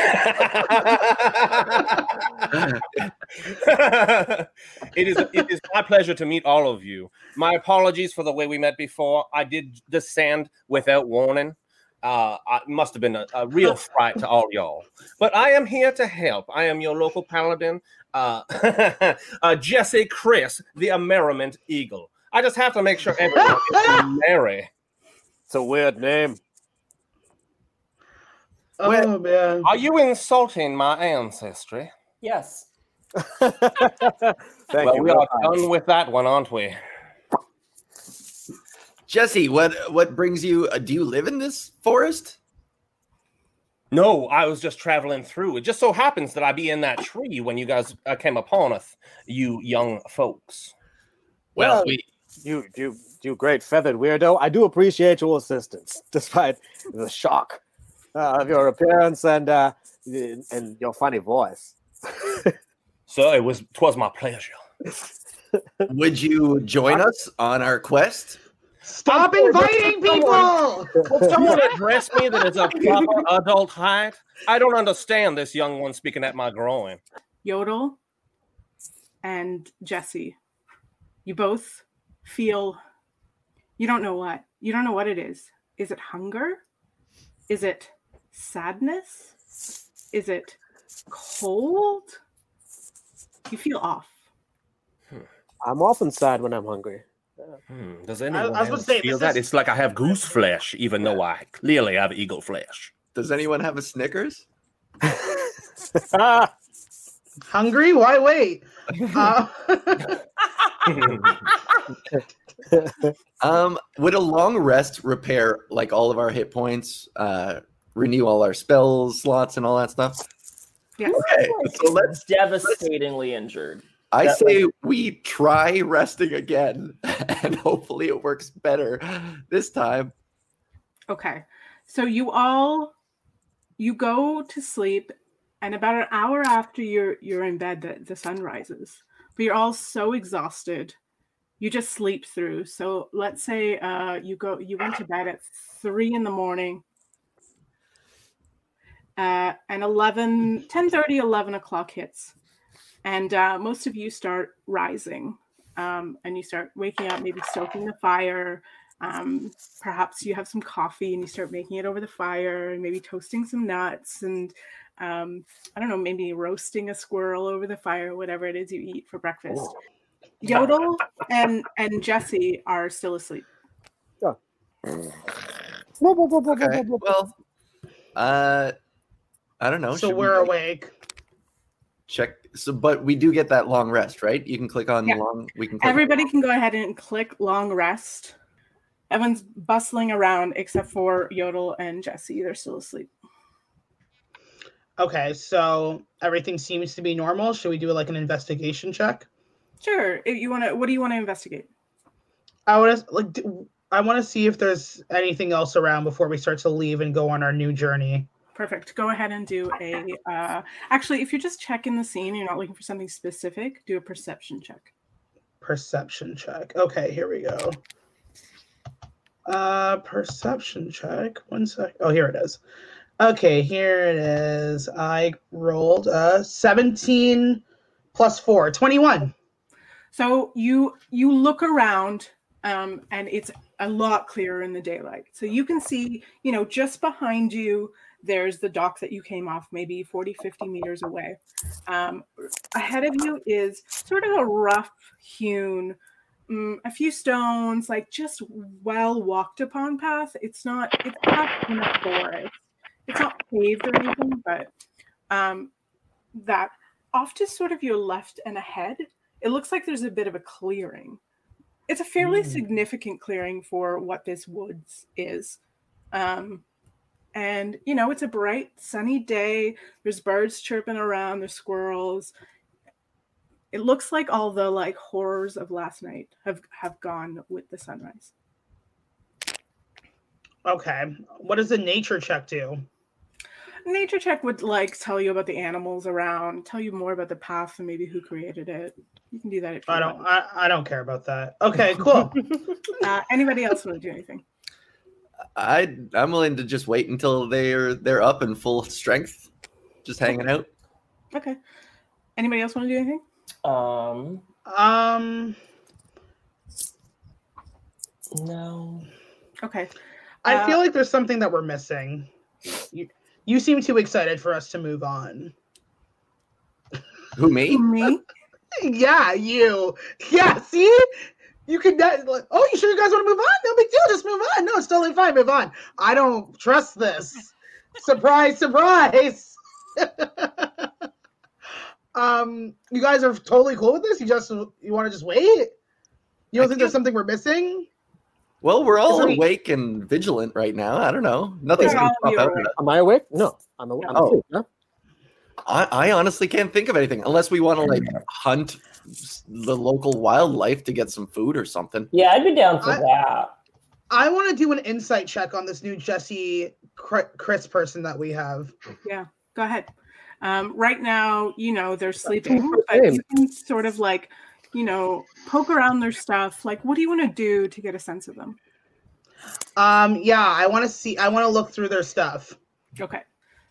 [SPEAKER 6] it is it is my pleasure to meet all of you. My apologies for the way we met before. I did descend without warning. Uh, I must have been a, a real fright to all y'all. But I am here to help. I am your local paladin, uh, uh, Jesse Chris, the Ameriment Eagle. I just have to make sure everyone is merry.
[SPEAKER 5] It's a weird name.
[SPEAKER 7] Oh man.
[SPEAKER 6] Are you insulting my ancestry?
[SPEAKER 2] Yes.
[SPEAKER 5] Thank
[SPEAKER 6] well,
[SPEAKER 5] you.
[SPEAKER 6] we
[SPEAKER 5] real
[SPEAKER 6] are
[SPEAKER 5] time.
[SPEAKER 6] done with that one, aren't we?
[SPEAKER 1] Jesse, what what brings you? Uh, do you live in this forest?
[SPEAKER 6] No, I was just traveling through. It just so happens that I be in that tree when you guys uh, came upon us, you young folks.
[SPEAKER 1] Well,
[SPEAKER 5] Well-
[SPEAKER 1] we
[SPEAKER 5] You, you, you great feathered weirdo. I do appreciate your assistance, despite the shock uh, of your appearance and uh, and your funny voice.
[SPEAKER 6] So it was twas my pleasure.
[SPEAKER 1] would you join us on our quest?
[SPEAKER 7] Stop inviting people.
[SPEAKER 6] Will someone address me that is of proper adult height? I don't understand this young one speaking at my groin.
[SPEAKER 4] Yodel and Jesse, you both feel you don't know what. You don't know what it is. Is it hunger? Is it sadness? Is it cold? You feel off.
[SPEAKER 5] I'm often sad when I'm hungry.
[SPEAKER 6] Hmm, does
[SPEAKER 7] I
[SPEAKER 6] anyone
[SPEAKER 7] was gonna
[SPEAKER 6] else
[SPEAKER 7] say,
[SPEAKER 6] feel
[SPEAKER 7] this
[SPEAKER 6] that?
[SPEAKER 7] is-
[SPEAKER 6] It's like I have goose flesh, even though I clearly have eagle flesh.
[SPEAKER 1] Does anyone have a Snickers?
[SPEAKER 5] Ah,
[SPEAKER 7] Hungry? Why wait? Uh,
[SPEAKER 1] Um, would a long rest repair like all of our hit points, uh, renew all our spells slots, and all that stuff?
[SPEAKER 4] Yes.
[SPEAKER 1] Okay, so let's.
[SPEAKER 2] Devastatingly injured.
[SPEAKER 1] I
[SPEAKER 2] That
[SPEAKER 1] say we try resting again, and hopefully it works better this time.
[SPEAKER 4] Okay. So you all you go to sleep and about an hour after you're you're in bed the, the sun rises. But you're all so exhausted. You just sleep through. So let's say uh you go you went to bed at three in the morning. Uh and 11 10 11 o'clock hits. And uh most of you start rising. Um and you start waking up, maybe stoking the fire. Um, perhaps you have some coffee and you start making it over the fire and maybe toasting some nuts and um, i don't know maybe roasting a squirrel over the fire whatever it is you eat for breakfast Yodel and and Jesse are still asleep.
[SPEAKER 1] Okay. Well, uh, I don't know.
[SPEAKER 7] so
[SPEAKER 1] Should we,
[SPEAKER 7] we're
[SPEAKER 1] like,
[SPEAKER 7] awake.
[SPEAKER 1] Check. So, but we do get that long rest, right? You can click on
[SPEAKER 4] Yeah.
[SPEAKER 1] long. We can. Click
[SPEAKER 4] Everybody can go ahead and click long rest. Everyone's bustling around except for Yodel and Jesse. They're still asleep.
[SPEAKER 7] Okay, so everything seems to be normal. Should we do like an investigation check?
[SPEAKER 4] Sure. If you want to, what do you want to investigate?
[SPEAKER 7] I want to like d- I want to see if there's anything else around before we start to leave and go on our new journey.
[SPEAKER 4] Perfect. Go ahead and do a. Uh, actually, if you're just checking the scene, you're not looking for something specific. Do a perception check.
[SPEAKER 7] Perception check. Okay, here we go. Uh, perception check. One sec. Oh, here it is. Okay, here it is. I rolled a 17 plus 4, 21.
[SPEAKER 4] So you you look around, um, and it's a lot clearer in the daylight. So you can see, you know, just behind you, there's the dock that you came off, maybe 40, 50 meters away. Um, ahead of you is sort of a rough hewn, mm, a few stones, like just well walked upon path. It's not it's not in a forest. It's not paved or anything, but um, that off to sort of your left and ahead it looks like there's a bit of a clearing. It's a fairly significant clearing for what this woods is. Um, and, you know, it's a bright, sunny day. There's birds chirping around, there's squirrels. It looks like all the like horrors of last night have have gone with the sunrise.
[SPEAKER 7] Okay. What does the nature check do?
[SPEAKER 4] Nature check would like tell you about the animals around, tell you more about the path and maybe who created it. You can do that if you
[SPEAKER 7] I don't
[SPEAKER 4] want.
[SPEAKER 7] I, I don't care about that. Okay, cool.
[SPEAKER 4] Uh, anybody else want to do anything?
[SPEAKER 1] I I'm willing to just wait until they're they're up in full strength, just hanging out.
[SPEAKER 4] Okay. Anybody else want to do anything?
[SPEAKER 2] Um,
[SPEAKER 7] um
[SPEAKER 2] no.
[SPEAKER 4] Okay.
[SPEAKER 7] I
[SPEAKER 4] Uh,
[SPEAKER 7] feel like there's something that we're missing. You, you seem too excited for us to move on.
[SPEAKER 1] Who me?
[SPEAKER 4] Me?
[SPEAKER 7] Yeah, you. Yeah, see? You could not. Like, oh, you sure you guys want to move on? No big deal. Just move on. No, it's totally fine. Move on. I don't trust this. surprise, surprise. um, you guys are totally cool with this. You just you want to just wait. You don't
[SPEAKER 1] I
[SPEAKER 7] think there's something we're missing?
[SPEAKER 1] Well, we're all
[SPEAKER 7] Is it-
[SPEAKER 1] awake and vigilant right now. I don't know. Nothing's
[SPEAKER 4] We're
[SPEAKER 1] gonna
[SPEAKER 4] all
[SPEAKER 1] pop out.
[SPEAKER 4] awake.
[SPEAKER 5] Am I awake? No, I'm, aw- I'm
[SPEAKER 1] No.
[SPEAKER 5] asleep. No?
[SPEAKER 1] I, I honestly can't think of anything unless we want to like hunt s- the local wildlife to get some food or something.
[SPEAKER 2] Yeah, I'd be down for
[SPEAKER 7] I-
[SPEAKER 2] that.
[SPEAKER 7] I want to do an insight check on this new Jesse Cr- Chris person that we have.
[SPEAKER 4] Go ahead. Um, right now, you know, they're sleeping, but
[SPEAKER 5] same.
[SPEAKER 4] you can sort of like, you know, poke around their stuff. Like, what do you want to do to get a sense of them?
[SPEAKER 7] Um, yeah, I want to see. I want to look through their stuff.
[SPEAKER 4] Okay.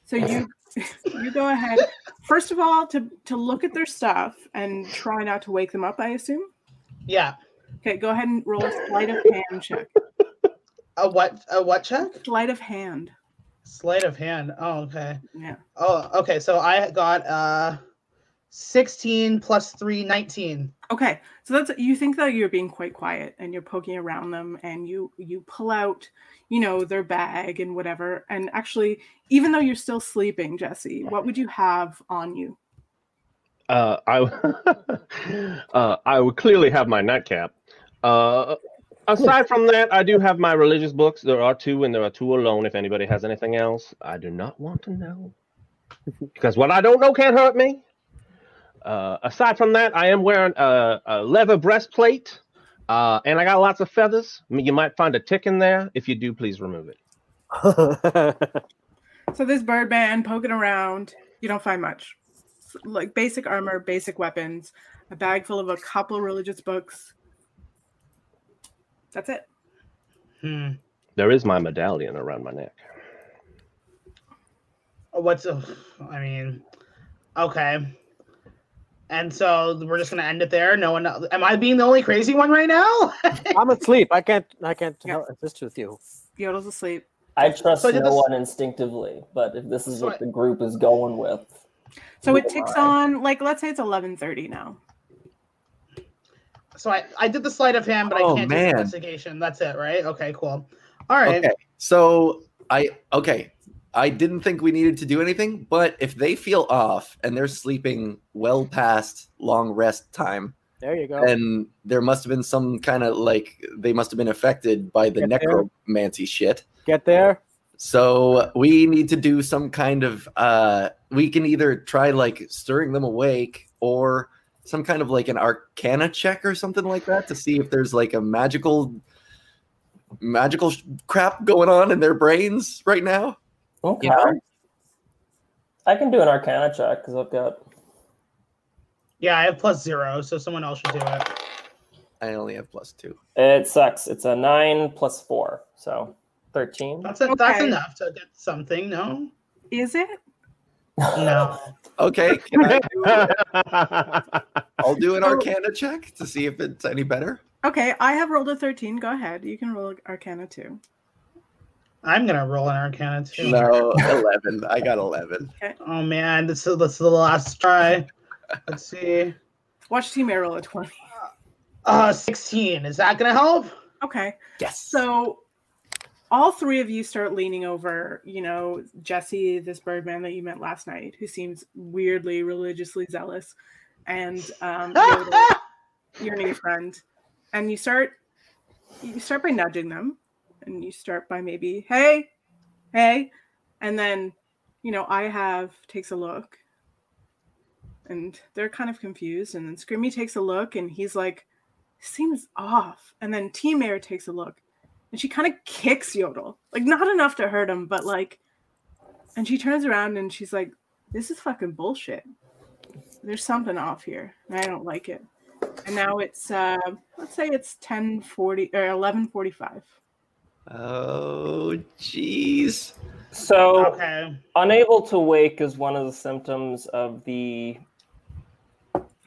[SPEAKER 4] So you you go ahead. First of all, to to look at their stuff and try not to wake them up, I assume.
[SPEAKER 7] Yeah,
[SPEAKER 4] Okay, go ahead and roll a sleight of hand check.
[SPEAKER 7] a what? A what check?
[SPEAKER 4] Sleight of hand.
[SPEAKER 7] Sleight of hand. Oh, okay.
[SPEAKER 4] Yeah.
[SPEAKER 7] Oh, okay. So I got uh 16 plus 3, 19.
[SPEAKER 4] Okay, so that's you think that you're being quite quiet and you're poking around them and you you pull out, you know, their bag and whatever. And actually, even though you're still sleeping, Jesse, what would you have on you?
[SPEAKER 6] Uh, I uh, I would clearly have my nightcap. Uh, aside from that, I do have my religious books. There are two, and there are two alone. If anybody has anything else, I do not want to know because what I don't know can't hurt me. Uh, aside from that, I am wearing a, a leather breastplate, uh, and I got lots of feathers. I mean, you might find a tick in there. If you do, please remove it.
[SPEAKER 4] So this bird man poking around, you don't find much. S- Like basic armor, basic weapons, a bag full of a couple religious books. That's it.
[SPEAKER 7] Hmm.
[SPEAKER 6] There is my medallion around my neck.
[SPEAKER 7] What's ugh, I mean, okay. And so we're just gonna end it there. No one am I being the only crazy one right now?
[SPEAKER 5] I'm asleep. I can't. I can't
[SPEAKER 4] Yeah.
[SPEAKER 5] help assist with you.
[SPEAKER 4] Yodel's asleep.
[SPEAKER 2] I trust
[SPEAKER 7] So I
[SPEAKER 2] no
[SPEAKER 7] did this-
[SPEAKER 2] one instinctively, but if this is
[SPEAKER 7] So
[SPEAKER 2] what
[SPEAKER 7] I-
[SPEAKER 2] the group is going with,
[SPEAKER 4] So it
[SPEAKER 2] Oh
[SPEAKER 4] ticks
[SPEAKER 2] my.
[SPEAKER 4] on like let's say it's eleven thirty now.
[SPEAKER 7] So I, I did the sleight of hand, but
[SPEAKER 1] Oh,
[SPEAKER 7] I can't
[SPEAKER 1] man.
[SPEAKER 7] do investigation. That's it, right? Okay, cool. All right.
[SPEAKER 1] Okay. So I okay. I didn't think we needed to do anything, but if they feel off and they're sleeping well past long rest time,
[SPEAKER 5] There you go.
[SPEAKER 1] and there must have been some kind of like they must have been affected by the
[SPEAKER 5] Yeah.
[SPEAKER 1] necromancy shit.
[SPEAKER 5] Get there.
[SPEAKER 1] So we need to do some kind of uh we can either try like stirring them awake or some kind of like an arcana check or something like that to see if there's like a magical magical sh- crap going on in their brains right now.
[SPEAKER 2] Okay.
[SPEAKER 1] You know?
[SPEAKER 2] I can do an Arcana check because I've got.
[SPEAKER 7] Yeah, I have plus zero, so someone else should do it.
[SPEAKER 1] I only have plus 2.
[SPEAKER 2] It sucks. It's a nine plus four, so thirteen.
[SPEAKER 7] That's it. That's
[SPEAKER 4] Okay.
[SPEAKER 7] enough to get something. No.
[SPEAKER 4] Is it?
[SPEAKER 7] No.
[SPEAKER 1] Okay, can I do, I'll do an
[SPEAKER 4] Oh.
[SPEAKER 1] arcana check to see if it's any better.
[SPEAKER 4] Okay, I have rolled a 13. Go ahead. You can roll Arcana too.
[SPEAKER 7] I'm gonna roll an Arcana too.
[SPEAKER 1] No, 11. I got 11.
[SPEAKER 7] Oh man, this is this is the last try. Let's see.
[SPEAKER 4] Watch Team A roll a 20.
[SPEAKER 7] Uh, sixteen. Is that gonna help?
[SPEAKER 4] Okay.
[SPEAKER 1] Yes.
[SPEAKER 4] So all three of you start leaning over, you know, Jesse, this birdman that you met last night, who seems weirdly religiously zealous, and um, Yoda, your new friend. And you start you start by nudging them, and you start by maybe, hey, hey, and then you know, I have takes a look. And they're kind of confused. And then Scrimmy takes a look and he's like, seems off. And then Team Air takes a look and she kind of kicks Yodel. Like, not enough to hurt him, but like, and she turns around and she's like, this is fucking bullshit. There's something off here. And I don't like it. And now it's, uh, let's say it's 1040 or 1145.
[SPEAKER 1] Oh jeez.
[SPEAKER 2] So
[SPEAKER 7] Okay.
[SPEAKER 2] unable to wake is one of the symptoms of the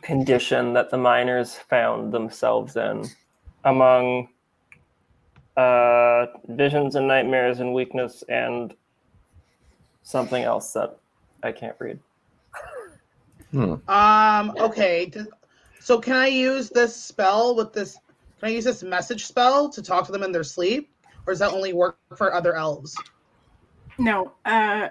[SPEAKER 2] condition that the miners found themselves in among uh, visions and nightmares and weakness and something else that I can't read.
[SPEAKER 7] Um. Okay. d- So can I use this spell with this? Can I use this message spell to talk to them in their sleep, or does that only work for other elves?
[SPEAKER 4] No, uh,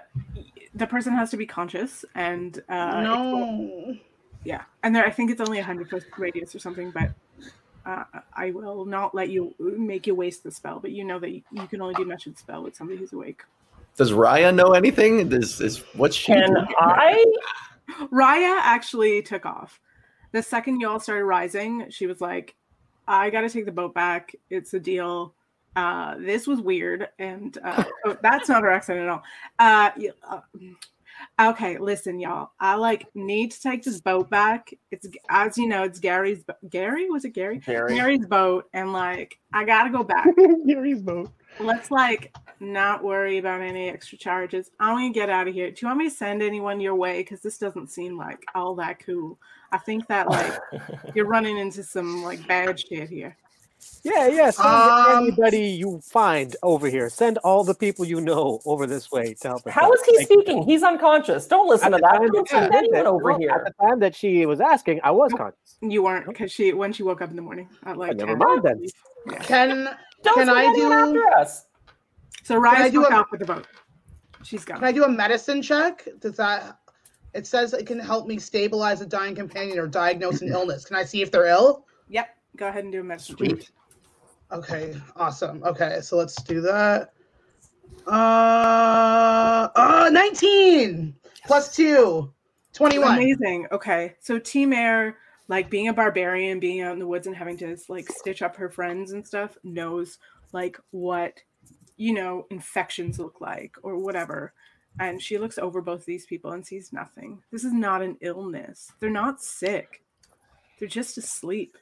[SPEAKER 4] the person has to be conscious and, uh,
[SPEAKER 7] no.
[SPEAKER 4] Yeah, and there I think it's only a hundred foot radius or something, but uh, I will not let you make you waste the spell. But you know that you, you can only do message spell with somebody who's awake.
[SPEAKER 1] Does Raya know anything? Does is what's she
[SPEAKER 2] Can
[SPEAKER 1] doing?
[SPEAKER 2] I?
[SPEAKER 4] Raya actually took off. The second you all started rising, she was like, "I got to take the boat back. It's a deal. Uh, this was weird." And uh, oh, that's not her accent at all. Uh, y- uh, okay, listen, y'all. I like need to take this boat back. It's as you know, it's Gary's. bo- Gary was it Gary?
[SPEAKER 2] Very.
[SPEAKER 4] Mary's boat and like I gotta go back.
[SPEAKER 5] Gary's boat.
[SPEAKER 4] Let's like not worry about any extra charges. I want to get out of here. Do you want me to send anyone your way? Because this doesn't seem like all that cool. I think that like you're running into some like bad shit here.
[SPEAKER 5] Yeah, yeah. Send
[SPEAKER 7] Um,
[SPEAKER 5] anybody you find over here. Send all the people you know over this way to help us.
[SPEAKER 8] How
[SPEAKER 5] out.
[SPEAKER 8] is he
[SPEAKER 5] Like,
[SPEAKER 8] speaking? He's unconscious. Don't listen
[SPEAKER 5] At
[SPEAKER 8] to
[SPEAKER 5] the,
[SPEAKER 8] that.
[SPEAKER 5] time,
[SPEAKER 8] Don't
[SPEAKER 5] yeah,
[SPEAKER 8] send anyone
[SPEAKER 5] that-
[SPEAKER 8] over
[SPEAKER 5] well, at
[SPEAKER 8] here.
[SPEAKER 5] the time that she was asking, I was
[SPEAKER 4] Nope.
[SPEAKER 5] conscious.
[SPEAKER 4] You weren't because she when she woke up in the morning at like
[SPEAKER 5] never
[SPEAKER 4] 10,
[SPEAKER 5] mind then.
[SPEAKER 4] Yeah.
[SPEAKER 7] Can
[SPEAKER 8] Don't
[SPEAKER 7] Can
[SPEAKER 8] send
[SPEAKER 7] I
[SPEAKER 8] anyone
[SPEAKER 7] do-
[SPEAKER 8] after us.
[SPEAKER 4] So Raya
[SPEAKER 7] do
[SPEAKER 4] took
[SPEAKER 7] a-
[SPEAKER 4] off with the boat. She's gone.
[SPEAKER 7] Can I do a medicine check? Does that? It says it can help me stabilize a dying companion or diagnose an illness. Can I see if they're ill?
[SPEAKER 4] Yep. Go ahead and do a message.
[SPEAKER 1] Sweet.
[SPEAKER 7] Okay, awesome. Okay, so let's do that. Uh, uh 19 plus 2 21.
[SPEAKER 4] Amazing. Okay. So Team Air, like being a barbarian, being out in the woods and having to like stitch up her friends and stuff, knows like what you know infections look like or whatever. And she looks over both of these people and sees nothing. This is not an illness. They're not sick. They're just asleep.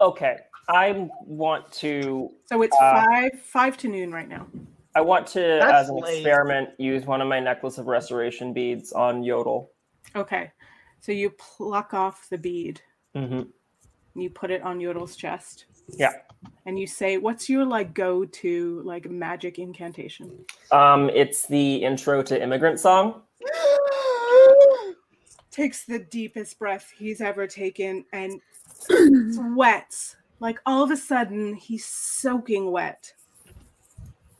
[SPEAKER 2] Okay. I want to
[SPEAKER 4] So it's
[SPEAKER 2] Uh,
[SPEAKER 4] five five to noon right now.
[SPEAKER 2] I want to,
[SPEAKER 7] That's
[SPEAKER 2] as an
[SPEAKER 7] lame.
[SPEAKER 2] experiment, use one of my necklace of restoration beads on Yodel.
[SPEAKER 4] Okay. So you pluck off the bead
[SPEAKER 2] Mm-hmm.
[SPEAKER 4] and you put it on Yodel's chest.
[SPEAKER 2] Yeah.
[SPEAKER 4] And you say, "What's your like go-to like magic incantation?"
[SPEAKER 2] Um, it's the intro to Immigrant Song.
[SPEAKER 4] takes the deepest breath he's ever taken and sweats. Like all of a sudden, he's soaking wet,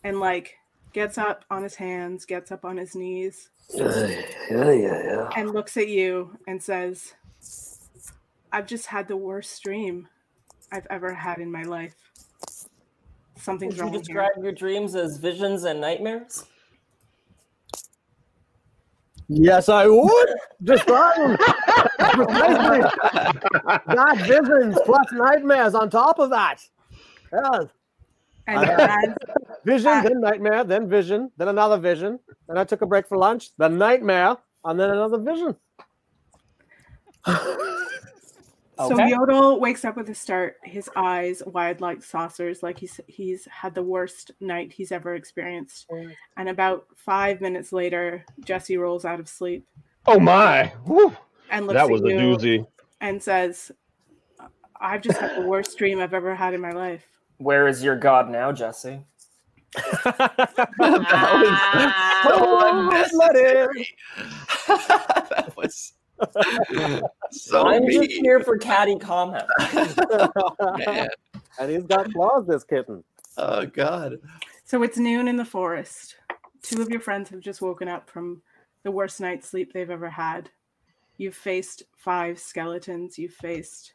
[SPEAKER 4] and like gets up on his hands, gets up on his knees, and looks at you and says, "I've just had the worst dream I've ever had in my life. Something's
[SPEAKER 2] Would you
[SPEAKER 4] wrong here."
[SPEAKER 2] describe your dreams as visions and nightmares?
[SPEAKER 5] Yes, I would. Describe them. Precisely. Not visions plus nightmares on top of that. Yeah.
[SPEAKER 4] And
[SPEAKER 5] I
[SPEAKER 4] as,
[SPEAKER 5] had vision, then nightmare, then vision, then another vision. Then I took a break for lunch, then nightmare, and then another vision.
[SPEAKER 4] So
[SPEAKER 5] Okay.
[SPEAKER 4] Yodel wakes up with a start, his eyes wide like saucers, like he's he's had the worst night he's ever experienced. And about five minutes later, Jesse rolls out of sleep
[SPEAKER 9] Oh my! Woo.
[SPEAKER 4] and looks
[SPEAKER 9] That was a
[SPEAKER 4] at you
[SPEAKER 9] doozy.
[SPEAKER 4] and says, "I've just had the worst dream I've ever had in my life."
[SPEAKER 2] Where is your god now, Jesse?
[SPEAKER 1] that was so
[SPEAKER 2] I'm
[SPEAKER 1] mean.
[SPEAKER 2] just here for catty comment.
[SPEAKER 1] Man.
[SPEAKER 5] And he's got claws, this kitten.
[SPEAKER 1] Oh God.
[SPEAKER 4] So it's noon in the forest. Two of your friends have just woken up from the worst night's sleep they've ever had. You've faced five skeletons, you've faced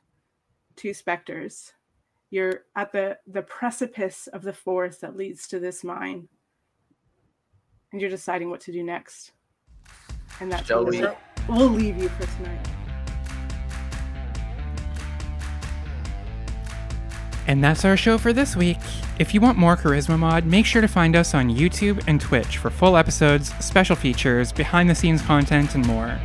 [SPEAKER 4] two specters. You're at the, the precipice of the forest that leads to this mine. And you're deciding what to do next. And that's
[SPEAKER 1] Shall
[SPEAKER 4] where
[SPEAKER 1] we-
[SPEAKER 4] we- we'll leave you for tonight.
[SPEAKER 3] And that's our show for this week. If you want more Charisma Mod, make sure to find us on YouTube and Twitch for full episodes, special features, behind the scenes content, and more.